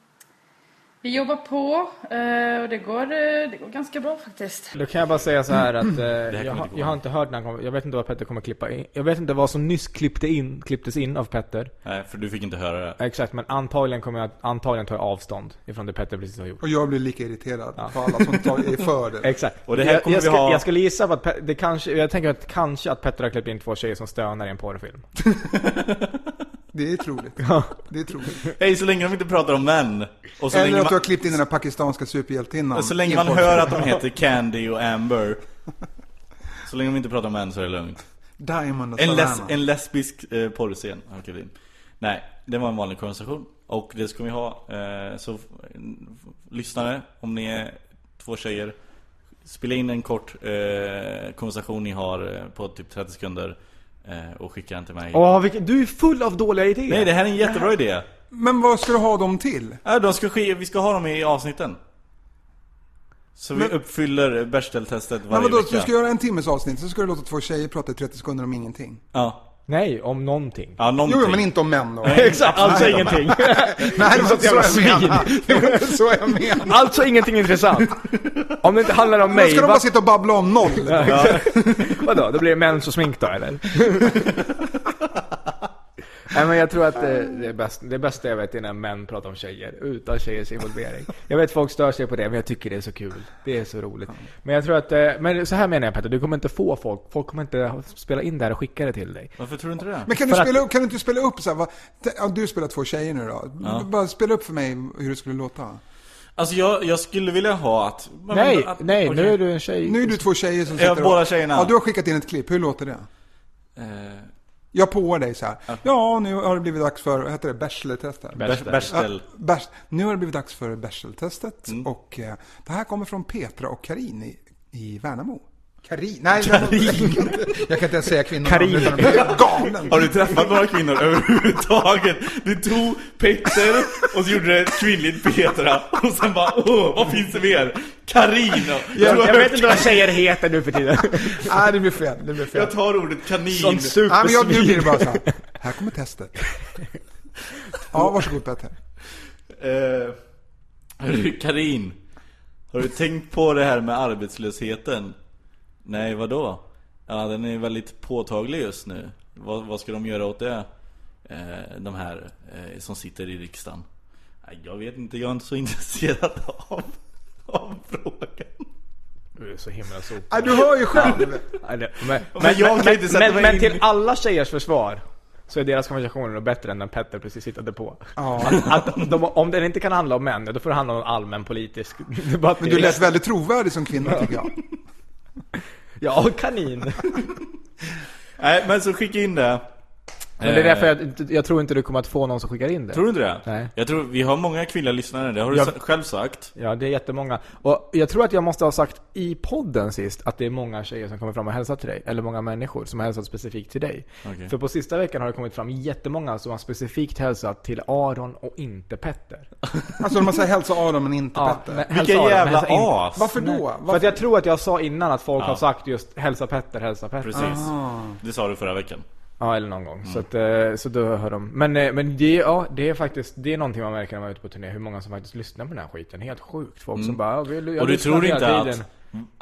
Speaker 6: vi jobbar på eh, och det går, eh, det går ganska bra faktiskt.
Speaker 4: Då kan jag bara säga så här att eh, jag,
Speaker 1: inte
Speaker 4: har-
Speaker 1: gå
Speaker 4: jag har inte hört när han kommer, jag vet inte vad Petter kommer klippa in. Jag vet inte vad som nyss klippte in, klipptes in av Petter.
Speaker 1: Nej, för du fick inte höra det.
Speaker 4: Exakt, men antagligen kommer jag, antagligen tar jag avstånd ifrån det Petter precis har gjort.
Speaker 3: Och jag blir lika irriterad på alla som tar, är för det.
Speaker 4: Exakt.
Speaker 1: Och det här
Speaker 4: jag,
Speaker 1: kommer
Speaker 4: jag,
Speaker 1: vi
Speaker 4: ska-
Speaker 1: ha-
Speaker 4: jag skulle gissa på att Pe- det kanske, jag tänker att kanske att Petter har klippt in två tjejer som stönar i en porrfilm.
Speaker 3: Det är troligt. Det är troligt.
Speaker 1: Hej, så länge de inte pratar om män! Och så
Speaker 3: Eller
Speaker 1: länge
Speaker 3: att du har
Speaker 1: man,
Speaker 3: klippt in den där pakistanska superhjältinnan.
Speaker 1: Alltså, så länge man hör att de heter Candy och Amber. Så länge de inte pratar om män så är det lugnt.
Speaker 3: Diamond och
Speaker 1: En, les,
Speaker 3: Savannah.
Speaker 1: en lesbisk eh, porrscen har jag klivit in. Nej, det var en vanlig konversation. Och det ska vi ha. Eh, så f- n- f- lyssnare, om ni är två tjejer. Spela in en kort eh, konversation ni har eh, på typ 30 sekunder. Eh, och skicka den till mig.
Speaker 4: Åh, vilken, du är full av dåliga idéer!
Speaker 1: Nej, det här är en jättebra idé.
Speaker 3: Men vad ska du ha dem till?
Speaker 1: Ja, de ska ske, vi ska ha dem i avsnitten. Så vi
Speaker 3: Men-
Speaker 1: uppfyller Bechdel-testet
Speaker 3: Men
Speaker 1: varje
Speaker 3: vadå,
Speaker 1: vecka.
Speaker 3: du ska göra en timmes avsnitt, så ska du låta två tjejer prata i 30 sekunder om ingenting.
Speaker 1: Ja,
Speaker 4: Nej, om någonting.
Speaker 1: ja någonting.
Speaker 3: Jo, jo, men inte om män då.
Speaker 4: Exakt, alltså ingenting.
Speaker 3: Nej, det var inte så
Speaker 4: jävla
Speaker 3: jag menade. Det var inte så jag menade.
Speaker 4: alltså ingenting intressant. Om det inte handlar om
Speaker 3: Då
Speaker 4: mig,
Speaker 3: ska de
Speaker 4: va?
Speaker 3: bara sitta och babbla om noll.
Speaker 4: Vadå, då blir det mens och smink då eller? Nej men jag tror att det, det, är bäst, det bästa jag vet är när män pratar om tjejer utan tjejers involvering. Jag vet folk stör sig på det men jag tycker det är så kul. Det är så roligt. Men jag tror att, eh, men så här menar jag Petter, du kommer inte få folk, folk kommer inte spela in det här och skicka det till dig.
Speaker 1: Varför tror du inte det?
Speaker 3: Men kan du,
Speaker 4: För att-
Speaker 3: spela, upp- kan du inte spela upp så här, vad, t- ja, du spelar två tjejer nu då. Bara spela upp för mig hur det skulle låta.
Speaker 1: Alltså jag, jag skulle vilja ha att... men-
Speaker 4: nej,
Speaker 1: att,
Speaker 4: nej,
Speaker 1: okej.
Speaker 4: nu är du en tjej.
Speaker 3: Nu är du två tjejer som
Speaker 1: Ja,
Speaker 3: sitter
Speaker 1: båda
Speaker 3: och,
Speaker 1: tjejerna.
Speaker 3: Ja, du har skickat in ett klipp. Hur låter det?
Speaker 1: Eh,
Speaker 3: Jag påar dig så här. Ja, nu har det blivit dags för, vad heter det, Bachelor-testet?
Speaker 1: Bärs- Bärstel.
Speaker 3: Ja, Bärs- nu har det blivit dags för Bärseltestet och eh, det här kommer från Petra och Karin i, i Värnamo. Karin? Nej, Karin. Jag, kan inte, jag kan inte ens säga kvinnor.
Speaker 4: Karin.
Speaker 3: utan att bli galen.
Speaker 1: Har du träffat några kvinnor överhuvudtaget? Du tog Petter och så gjorde du ett kvinnligt Petra och sen bara åh, vad finns det mer? Karin!
Speaker 4: Jag,
Speaker 1: tror
Speaker 4: jag vet inte vad tjejer heter nu för tiden.
Speaker 3: Nej, det blir fel. Det blir fel.
Speaker 1: jag tar ordet kanin.
Speaker 4: Sån
Speaker 3: Nej, men jag, nu blir
Speaker 4: supersvin.
Speaker 3: det bara så här. Här kommer testet. Ja, varsågod Petter.
Speaker 1: Eh, hörru, Karin, har du tänkt på det här med arbetslösheten? Nej, vadå? Ja, den är väldigt påtaglig just nu. Vad, vad ska de göra åt det? eh, de här eh, som sitter i riksdagen? Nej, Jag vet inte, jag är inte så intresserad av, av frågan.
Speaker 4: Du är så himla sopig.
Speaker 3: Nej, du hör ju själv.
Speaker 4: Nej, det- Men,
Speaker 1: men
Speaker 4: men,
Speaker 1: jag kan
Speaker 4: men,
Speaker 1: inte sätta
Speaker 4: men,
Speaker 1: mig
Speaker 4: men
Speaker 1: in i-
Speaker 4: till alla tjejers försvar så är deras konversationer nog bättre än den Petter precis hittade på. Att, att de, om den inte kan handla om män, då får det handla om allmän politisk debatt.
Speaker 3: Men du lät väldigt trovärdig som kvinna tycker jag.
Speaker 4: Ja, kanin.
Speaker 1: Nej, men så skicka in det.
Speaker 4: Men det är därför jag, inte- jag tror inte du kommer att få någon som skickar in det.
Speaker 1: Tror du inte det?
Speaker 4: Nej.
Speaker 1: Jag tror, vi har många kvinnliga lyssnare, det har du
Speaker 4: Jag-
Speaker 1: sa- själv sagt.
Speaker 4: Ja, det är jättemånga. Och jag tror att jag måste ha sagt i podden sist att det är många tjejer som kommer fram och hälsar till dig. Eller många människor som har hälsat specifikt till dig.
Speaker 1: Okej.
Speaker 4: För på sista veckan har det kommit fram jättemånga som har specifikt hälsat till Aron och inte Petter.
Speaker 3: Alltså man säger hälsa Adam men inte Petter.
Speaker 4: men hälsa
Speaker 1: Vilka
Speaker 4: Aron, men
Speaker 1: jävla
Speaker 4: hälsa inte-
Speaker 1: as!
Speaker 3: Varför då?
Speaker 4: För
Speaker 3: Varför?
Speaker 4: att jag tror att jag sa innan att folk har sagt just hälsa Petter, hälsa Petter.
Speaker 1: Precis. Det sa du förra veckan.
Speaker 4: Ja, eller någon gång.
Speaker 1: Mm.
Speaker 4: Så, att, eh, så då hör de. Men, eh, men det, ja, det är faktiskt, det är någonting man märker när man är ute på turné. Hur många som faktiskt lyssnar på den här skiten. Helt sjukt. Folk som bara, "Ja, vill, jag
Speaker 1: Mm. Och du
Speaker 4: lyssnar
Speaker 1: tror
Speaker 4: hela
Speaker 1: inte
Speaker 4: tiden."
Speaker 1: att,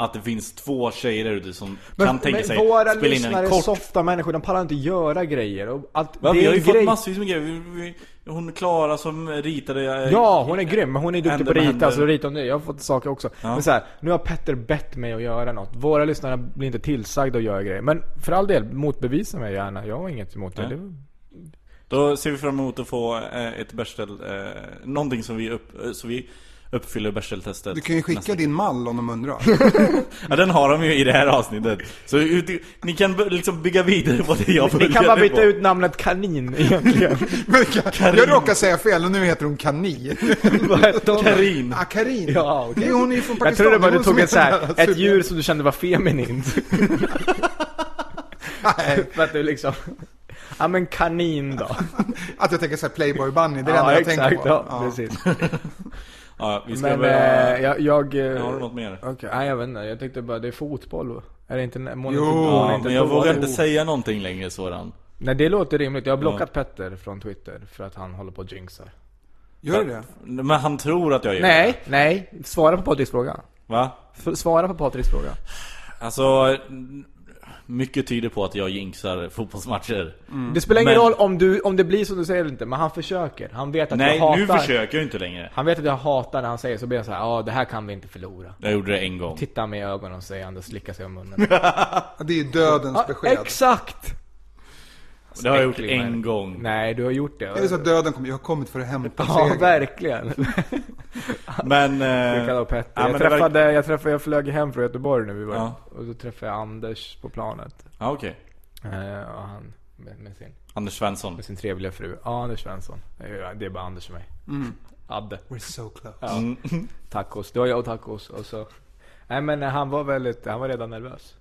Speaker 1: att det finns två tjejer där ute som
Speaker 4: Men,
Speaker 1: kan tänka
Speaker 4: men
Speaker 1: sig
Speaker 4: våra
Speaker 1: spela in
Speaker 4: lyssnare
Speaker 1: en
Speaker 4: är
Speaker 1: kort...
Speaker 4: softa människor, de pallar inte göra grejer. Och att
Speaker 1: Va,
Speaker 4: det
Speaker 1: vi
Speaker 4: är
Speaker 1: har ju
Speaker 4: en grej.
Speaker 1: fått massvis med grejer. Vi, vi, hon Klara som ritade... eh,
Speaker 4: Ja, hon är grym. Men hon är duktig
Speaker 1: Händer
Speaker 4: på att
Speaker 1: med
Speaker 4: rita,
Speaker 1: händer.
Speaker 4: så rita om det. Jag har fått saker också. Men så här, nu har Petter bett mig att göra något. Våra lyssnare blir inte tillsagda att göra grejer. Men för all del, motbevisa mig gärna. Jag har inget emot det.
Speaker 1: Nej.
Speaker 4: det.
Speaker 1: Då ser vi fram emot att få eh, ett Bechdel... Eh, någonting som vi, upp, eh, så vi uppfyller Bechdel-testet.
Speaker 3: Du kan ju skicka
Speaker 1: nästa-
Speaker 3: din mall om de undrar.
Speaker 1: Ja, den har de ju i det här avsnittet. Så ut, ni kan b- liksom bygga vidare på det jag
Speaker 4: Ni kan
Speaker 1: började
Speaker 4: bara byta
Speaker 1: på.
Speaker 4: ut namnet kanin egentligen.
Speaker 3: Men Ka- jag råkar säga fel och nu heter hon Kanin.
Speaker 4: Vad hette hon?
Speaker 1: Karin.
Speaker 3: Ah, Karin.
Speaker 4: Ja, okej.
Speaker 3: Nej, hon är ju från
Speaker 4: Jag
Speaker 3: Pakistan.
Speaker 4: trodde bara
Speaker 3: Det är
Speaker 4: du
Speaker 3: hon som
Speaker 4: tog ett, så
Speaker 3: heter den
Speaker 4: här,
Speaker 3: här
Speaker 4: ett
Speaker 3: superhjälten.
Speaker 4: djur som du kände var feminint.
Speaker 3: Nej,
Speaker 4: För att du liksom... Ja men kanin då.
Speaker 3: att jag tänker så här Playboy Bunny, det är det
Speaker 4: ja
Speaker 3: enda jag tänker på.
Speaker 4: Ja,
Speaker 3: Ja.
Speaker 4: precis.
Speaker 1: Ja, vi ska
Speaker 4: Men
Speaker 1: börja...
Speaker 4: eh, jag... jag
Speaker 1: Har du något mer?
Speaker 4: Okej, nej jag vet inte. Jag tänkte bara det är fotboll. va? Är det inte... Målet,
Speaker 3: Jo,
Speaker 1: Ja, men jag vågar inte säga någonting längre sådan.
Speaker 4: Nej det låter rimligt. Jag har blockat Petter från Twitter för att han håller på och jinxar.
Speaker 3: Gör det?
Speaker 1: Men han tror att jag gör
Speaker 4: Nej, nej. Svara på Patriks fråga.
Speaker 1: det. Va?
Speaker 4: F- Svara på Patriks fråga.
Speaker 1: Alltså, mycket tyder på att jag jinxar fotbollsmatcher.
Speaker 4: Det spelar ingen
Speaker 1: Mm. Men-
Speaker 4: roll om, du, om det blir som du säger eller inte, men han försöker. Han vet att
Speaker 1: Nej,
Speaker 4: jag hatar...
Speaker 1: nu försöker jag inte längre.
Speaker 4: Han vet att jag hatar när han säger så blir jag så här, ja det här kan vi inte förlora.
Speaker 1: Jag gjorde det en gång.
Speaker 4: Titta mig i ögonen och säger han och slickar sig om munnen.
Speaker 3: Ja, Det är ju dödens
Speaker 4: Ja,
Speaker 3: besked.
Speaker 4: exakt!
Speaker 1: Det har jag gjort
Speaker 4: Äcklig
Speaker 1: en
Speaker 4: människa.
Speaker 1: gång.
Speaker 4: Nej, du har gjort det.
Speaker 3: Är det så att döden kommer? Jag har kommit för att hämta
Speaker 4: Ja,
Speaker 3: segern.
Speaker 4: verkligen.
Speaker 1: Men... Eh,
Speaker 4: Rickard och Petter.
Speaker 1: ja, men
Speaker 4: jag,
Speaker 1: det verk-
Speaker 4: träffade, jag träffade, jag flög hem från Göteborg nu vi var
Speaker 1: Ja.
Speaker 4: Och då träffade jag Anders på planet.
Speaker 1: Ja, okej.
Speaker 4: Eh, och han med, med, sin,
Speaker 1: Anders Svensson.
Speaker 4: med sin trevliga fru. Ja, Anders Svensson. Eh, Det är bara Anders för mig.
Speaker 3: Mm.
Speaker 4: Adde.
Speaker 3: We're so close.
Speaker 1: Mm.
Speaker 4: Tacos. Det var jag och tacos. Och så. Nej men han var väldigt, han var redan nervös.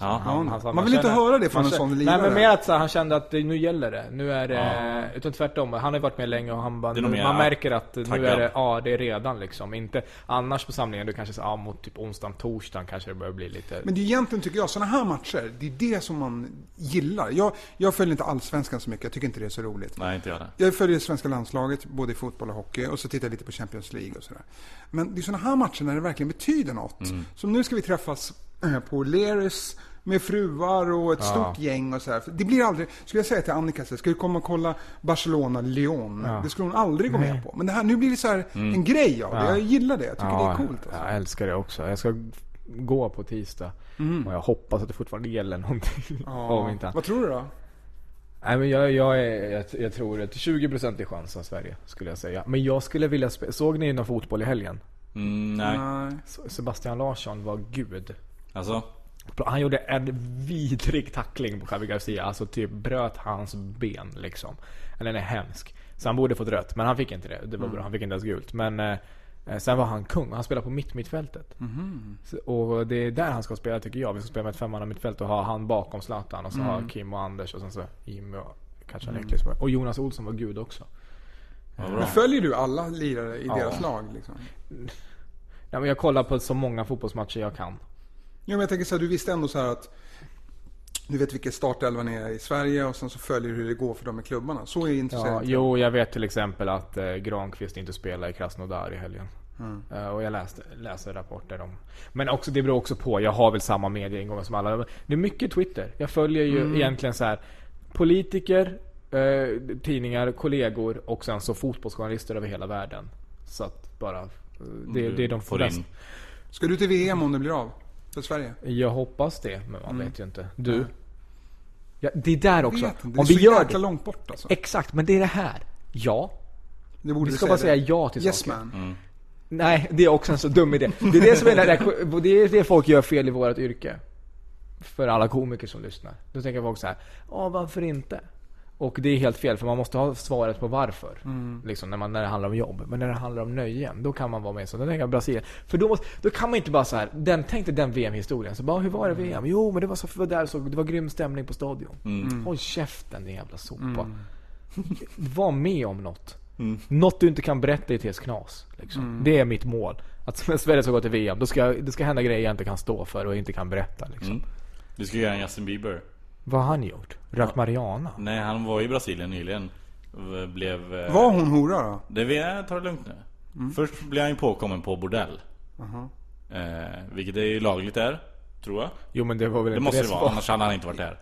Speaker 1: Ja.
Speaker 4: Han- han sa,
Speaker 3: man
Speaker 4: "Man
Speaker 3: vill inte
Speaker 4: känner-
Speaker 3: höra det från
Speaker 4: man
Speaker 3: en
Speaker 4: känner-
Speaker 3: sån
Speaker 4: Nej men
Speaker 3: lirare."
Speaker 4: mer att så, här, han kände att det, nu gäller det. Nu är det, utan tvärtom. Han har ju varit med länge och han bara,
Speaker 1: Det är
Speaker 4: nu,
Speaker 1: nog mer
Speaker 4: man märker att
Speaker 1: taggad.
Speaker 4: nu är det, ja det är redan liksom. Inte, annars på samlingen, du kanske så, ja, mot typ onsdagen, torsdagen kanske det börjar bli lite...
Speaker 3: Men det är egentligen, tycker jag, sådana här matcher, det är det som man gillar. Jag, jag följer inte allsvenskan så mycket, jag tycker inte det är så roligt.
Speaker 1: Nej, inte jag det.
Speaker 3: Jag följer svenska landslaget, både i fotboll och hockey, och så tittar jag lite på Champions League och sådär. Men det är sådana här matcher när det verkligen betyder något. Som nu ska vi träffas eh, på Leris med fruar och ett stort gäng och sådär. För Det blir aldrig, skulle jag säga till Annika, så här, ska du komma och kolla Barcelona-Lyon? Det skulle hon aldrig gå med på. Men det här, nu blir det så här en grej av det. Jag gillar det, jag tycker det är coolt. Alltså.
Speaker 4: Jag älskar det också. Jag ska gå på tisdag.
Speaker 3: Mm.
Speaker 4: Och jag hoppas att det fortfarande gäller någonting. Om inte annat.
Speaker 3: Vad tror du då?
Speaker 4: Nej men jag, jag, är, jag, jag tror att 20% är chansen Sverige skulle jag säga. Men jag skulle vilja spela, såg ni någon fotboll i helgen?
Speaker 1: Mm, nej.
Speaker 4: S- Sebastian Larsson var gud.
Speaker 1: Alltså.
Speaker 4: Han gjorde en vidrig tackling på Javi Garcia. Alltså typ bröt hans ben liksom. Den är hemsk. Så han borde fått rött. Men han fick inte det. Det var bra. Han fick inte ens gult. Men eh, eh, sen var han kung. Han spelar på mitt mittfältet. Så- Och det är där han ska spela tycker jag. Vi ska spela med ett femmanna mittfält och ha han bakom Zlatan. Och så ha Kim och Anders och sen så Jimmy och kanske mm. Och Jonas Olsson var gud också.
Speaker 3: Men följer du alla lirare i deras lag? Liksom?
Speaker 4: Ja, men jag kollar på så många fotbollsmatcher jag kan.
Speaker 3: Jo, men jag tänker så här, du visste ändå så här att du vet vilken startelvan är i Sverige och sen så följer du hur det går för dem i klubbarna. Så är jag
Speaker 4: Ja,
Speaker 3: intresserad.
Speaker 4: jo, jag vet till exempel att eh, Granqvist inte spelar i Krasnodar i helgen.
Speaker 3: Mm.
Speaker 4: Eh, och jag läste, läser rapporter om... Men också, det beror också på. Jag har väl samma
Speaker 3: Mm.
Speaker 4: medieingångar som alla. Det är mycket Twitter. Jag följer ju egentligen så här. Politiker, eh, tidningar, kollegor och sen så fotbollsjournalister över hela världen. Så att bara... eh, Det, det är de
Speaker 1: får
Speaker 4: bäst-
Speaker 1: in.
Speaker 3: Ska du till VM om det blir av? För Sverige?
Speaker 4: Jag hoppas det, men man vet ju inte. Du? Ja, det är där också.
Speaker 3: Mm. Jag vet inte, det är
Speaker 4: Om vi
Speaker 3: så
Speaker 4: gör
Speaker 3: jäkla
Speaker 4: det.
Speaker 3: långt bort alltså.
Speaker 4: Exakt, men det är det här. Ja.
Speaker 3: Det borde
Speaker 4: Vi
Speaker 3: du
Speaker 4: ska bara
Speaker 3: det.
Speaker 4: säga ja till
Speaker 3: Yes
Speaker 4: saker.
Speaker 3: man.
Speaker 1: Mm.
Speaker 4: Nej, det är också en så dum idé. Det är det som är det, det, är det folk gör fel i vårt yrke. För alla komiker som lyssnar. Då tänker folk så här, ja varför inte? Och det är helt fel för man måste ha svaret på varför. Liksom när, man, när det handlar om jobb. Men när det handlar om nöjen, då kan man vara med. Så då tänker jag Brasilien. För då, måste, då kan man inte bara så här, den, tänk dig den VM-historien. Så bara, hur var det VM? Jo men det var så, vi var där och så, det var grym stämning på stadion. Håll käften din jävla sopa. Var med om något. Något du inte kan berätta i TS Knas. Liksom. Det är mitt mål. Att när Sverige ska gå till VM, då ska, jag- det ska hända grejer jag inte kan stå för och inte kan berätta. Liksom.
Speaker 1: Du ska göra en Justin Bieber.
Speaker 4: Vad har han gjort? Rökt Mariana?
Speaker 1: Nej, han var i Brasilien nyligen. V- Blev... eh,
Speaker 3: Var hon hora då?
Speaker 1: Det vi är, ta det lugnt nu.
Speaker 4: Mm.
Speaker 1: Först blev han ju påkommen på bordell. Eh, vilket är ju lagligt där, tror jag.
Speaker 4: Jo men det var väl
Speaker 1: Det
Speaker 4: inte
Speaker 1: måste det
Speaker 4: som
Speaker 1: vara, annars hade han inte varit där.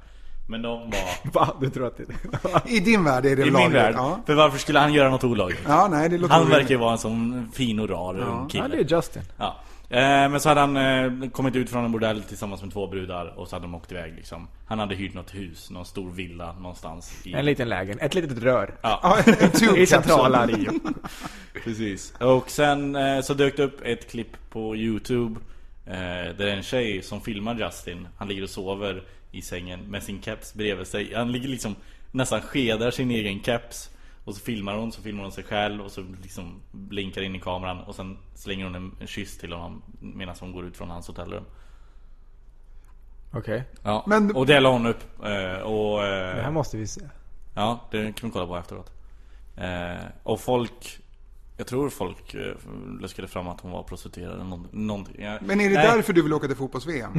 Speaker 1: Men de var...
Speaker 4: Va? Du tror att det
Speaker 3: I din värld är det
Speaker 1: I min
Speaker 3: lagligt,
Speaker 1: värld.
Speaker 3: Ja.
Speaker 1: För varför skulle han göra något olagligt?
Speaker 3: ja, nej det låter
Speaker 1: Han verkar
Speaker 3: orimligt.
Speaker 1: ju vara en sån fin och rar ung
Speaker 4: Ja det
Speaker 1: kille.
Speaker 4: är Justin.
Speaker 1: Ja. Eh, men så hade han eh, kommit ut från en bordell tillsammans med två brudar och så hade de åkt iväg liksom. Han hade hyrt något hus, någon stor villa någonstans. I...
Speaker 4: En Mm. liten lägen. Ett litet rör.
Speaker 1: Ja,
Speaker 3: En tube
Speaker 4: I
Speaker 3: capsule.
Speaker 4: centrala Rio.
Speaker 1: precis. Och sen eh, så dök det upp ett klipp på Youtube eh, Där det är en tjej som filmar Justin. Han ligger och sover i sängen med sin keps bredvid sig. Han ligger liksom nästan skedar sin egen keps. Och så filmar hon, så filmar hon sig själv och så liksom blinkar in i kameran och sen slänger hon en, en kyss till honom medan hon går ut från hans hotellrum.
Speaker 4: Okej.
Speaker 1: Ja,
Speaker 3: Men-
Speaker 1: och det la hon upp. eh, Och, eh,
Speaker 4: Det här måste vi se.
Speaker 1: Ja, det kan vi kolla på efteråt. Eh, och folk... Jag tror folk eh, luskade fram att hon var prostituerad eller någon- någonting. Jag,
Speaker 3: Men är det
Speaker 1: Nej,
Speaker 3: därför du vill åka till fotbolls-VM?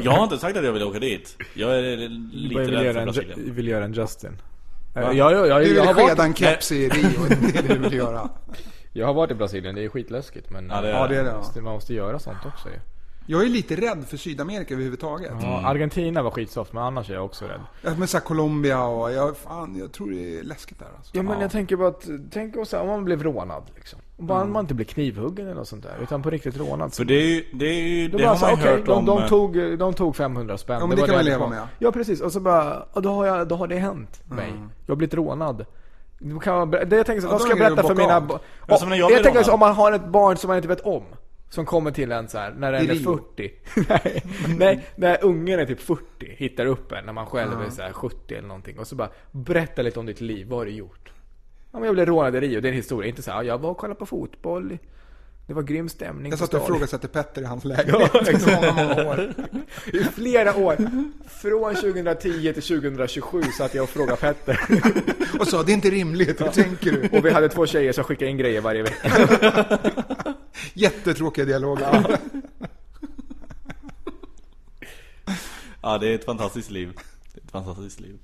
Speaker 1: Jag har inte sagt att jag vill åka dit. Jag är lite
Speaker 4: Jag vill
Speaker 1: rädd
Speaker 4: göra,
Speaker 1: för
Speaker 4: en,
Speaker 1: Brasilien.
Speaker 4: Ju- vill göra en Justin. Eh, Jag, jag, jag, jag,
Speaker 3: Du
Speaker 4: har
Speaker 3: vill skeda
Speaker 4: varit,
Speaker 3: en keps i Rio, det är det du vill göra.
Speaker 4: jag har varit i Brasilien, det är skitläskigt men
Speaker 1: Ja, det Mm. är-
Speaker 3: Ja, det är det. Ja.
Speaker 4: man måste göra sånt också ju.
Speaker 3: Jag är lite rädd för Sydamerika överhuvudtaget.
Speaker 4: Ja, Argentina var skitsoft men annars är jag också rädd.
Speaker 3: Ja. Men såhär Colombia och... Jag, fan, jag tror det är läskigt där alltså.
Speaker 4: Ja men jag tänker bara att, tänk om så här, om man blev rånad liksom. Om bara man inte blev knivhuggen eller något sånt där. Utan på riktigt rånad.
Speaker 1: Mm. För det är ju... Det, är ju,
Speaker 4: Då
Speaker 1: det
Speaker 4: bara
Speaker 1: har
Speaker 4: så
Speaker 1: man
Speaker 4: här,
Speaker 1: ju
Speaker 4: okej,
Speaker 1: hört
Speaker 4: de,
Speaker 1: om...
Speaker 4: de,
Speaker 1: eh,
Speaker 4: tog, de tog 500 spänn.
Speaker 3: Ja, men det kan
Speaker 4: var
Speaker 3: man
Speaker 4: det
Speaker 3: leva
Speaker 4: var.
Speaker 3: med.
Speaker 4: Ja precis, och så bara, ja, då har, jag, då har det hänt
Speaker 1: Mm.
Speaker 4: mig. Jag har blivit rånad. Då Kan jag, ber- det jag tänker så,
Speaker 3: Ja,
Speaker 4: vad
Speaker 3: då
Speaker 4: ska jag
Speaker 3: är det ju
Speaker 4: berätta för
Speaker 3: att bocka
Speaker 4: mina
Speaker 3: av.
Speaker 4: barn?
Speaker 1: Ja, som när jag
Speaker 4: Jag,
Speaker 1: blev
Speaker 4: tänker
Speaker 1: rånad.
Speaker 4: så, om man har ett barn som man inte vet om. Som kommer till en så här när den
Speaker 3: I
Speaker 4: är
Speaker 3: Rio.
Speaker 4: 40. nej, nej, när ungen är typ 40, hittar upp en när man själv är så här 70 eller någonting. Och så bara, berätta lite om ditt liv, vad har du gjort? Ja, men jag blev rånad i Rio, det är en historia. Inte så här, jag var och kollade på fotboll. Det var grym stämning
Speaker 3: Jag
Speaker 4: på
Speaker 3: satt och
Speaker 4: stadion.
Speaker 3: ifrågasatte Petter i hans lägenhet i många, många år.
Speaker 4: I flera år. Från 2010 till 2027 satt jag och frågade Petter.
Speaker 3: Och sa, det är inte rimligt, hur tänker du?
Speaker 4: Och vi hade två tjejer som skickade in grejer varje vecka.
Speaker 3: Jättetråkiga dialoger.
Speaker 1: Ja, det är ett fantastiskt liv. Det är ett fantastiskt liv.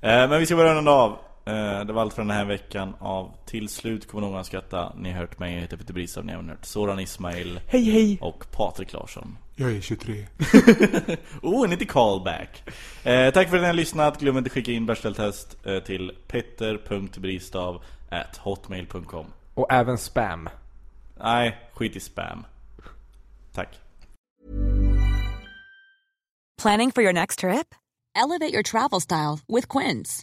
Speaker 1: Eh, men vi ska börja runda av. Eh, det var allt för den här veckan av Till slut kommer någon att skratta. Ni har hört mig, jag heter Peter Bristav, ni har även hört Soran Ismail
Speaker 4: Hej hej!
Speaker 1: och Patrik Larsson.
Speaker 3: Jag är 23.
Speaker 1: Oh, en liten callback! Eh, tack för att ni har lyssnat. Glöm inte att skicka in Bechdel-test eh, till petter.bristav.hotmail.com
Speaker 4: Och även spam.
Speaker 1: Nej, skit i spam. Tack.
Speaker 7: Planning for your next trip? Elevate your travel style with Quince.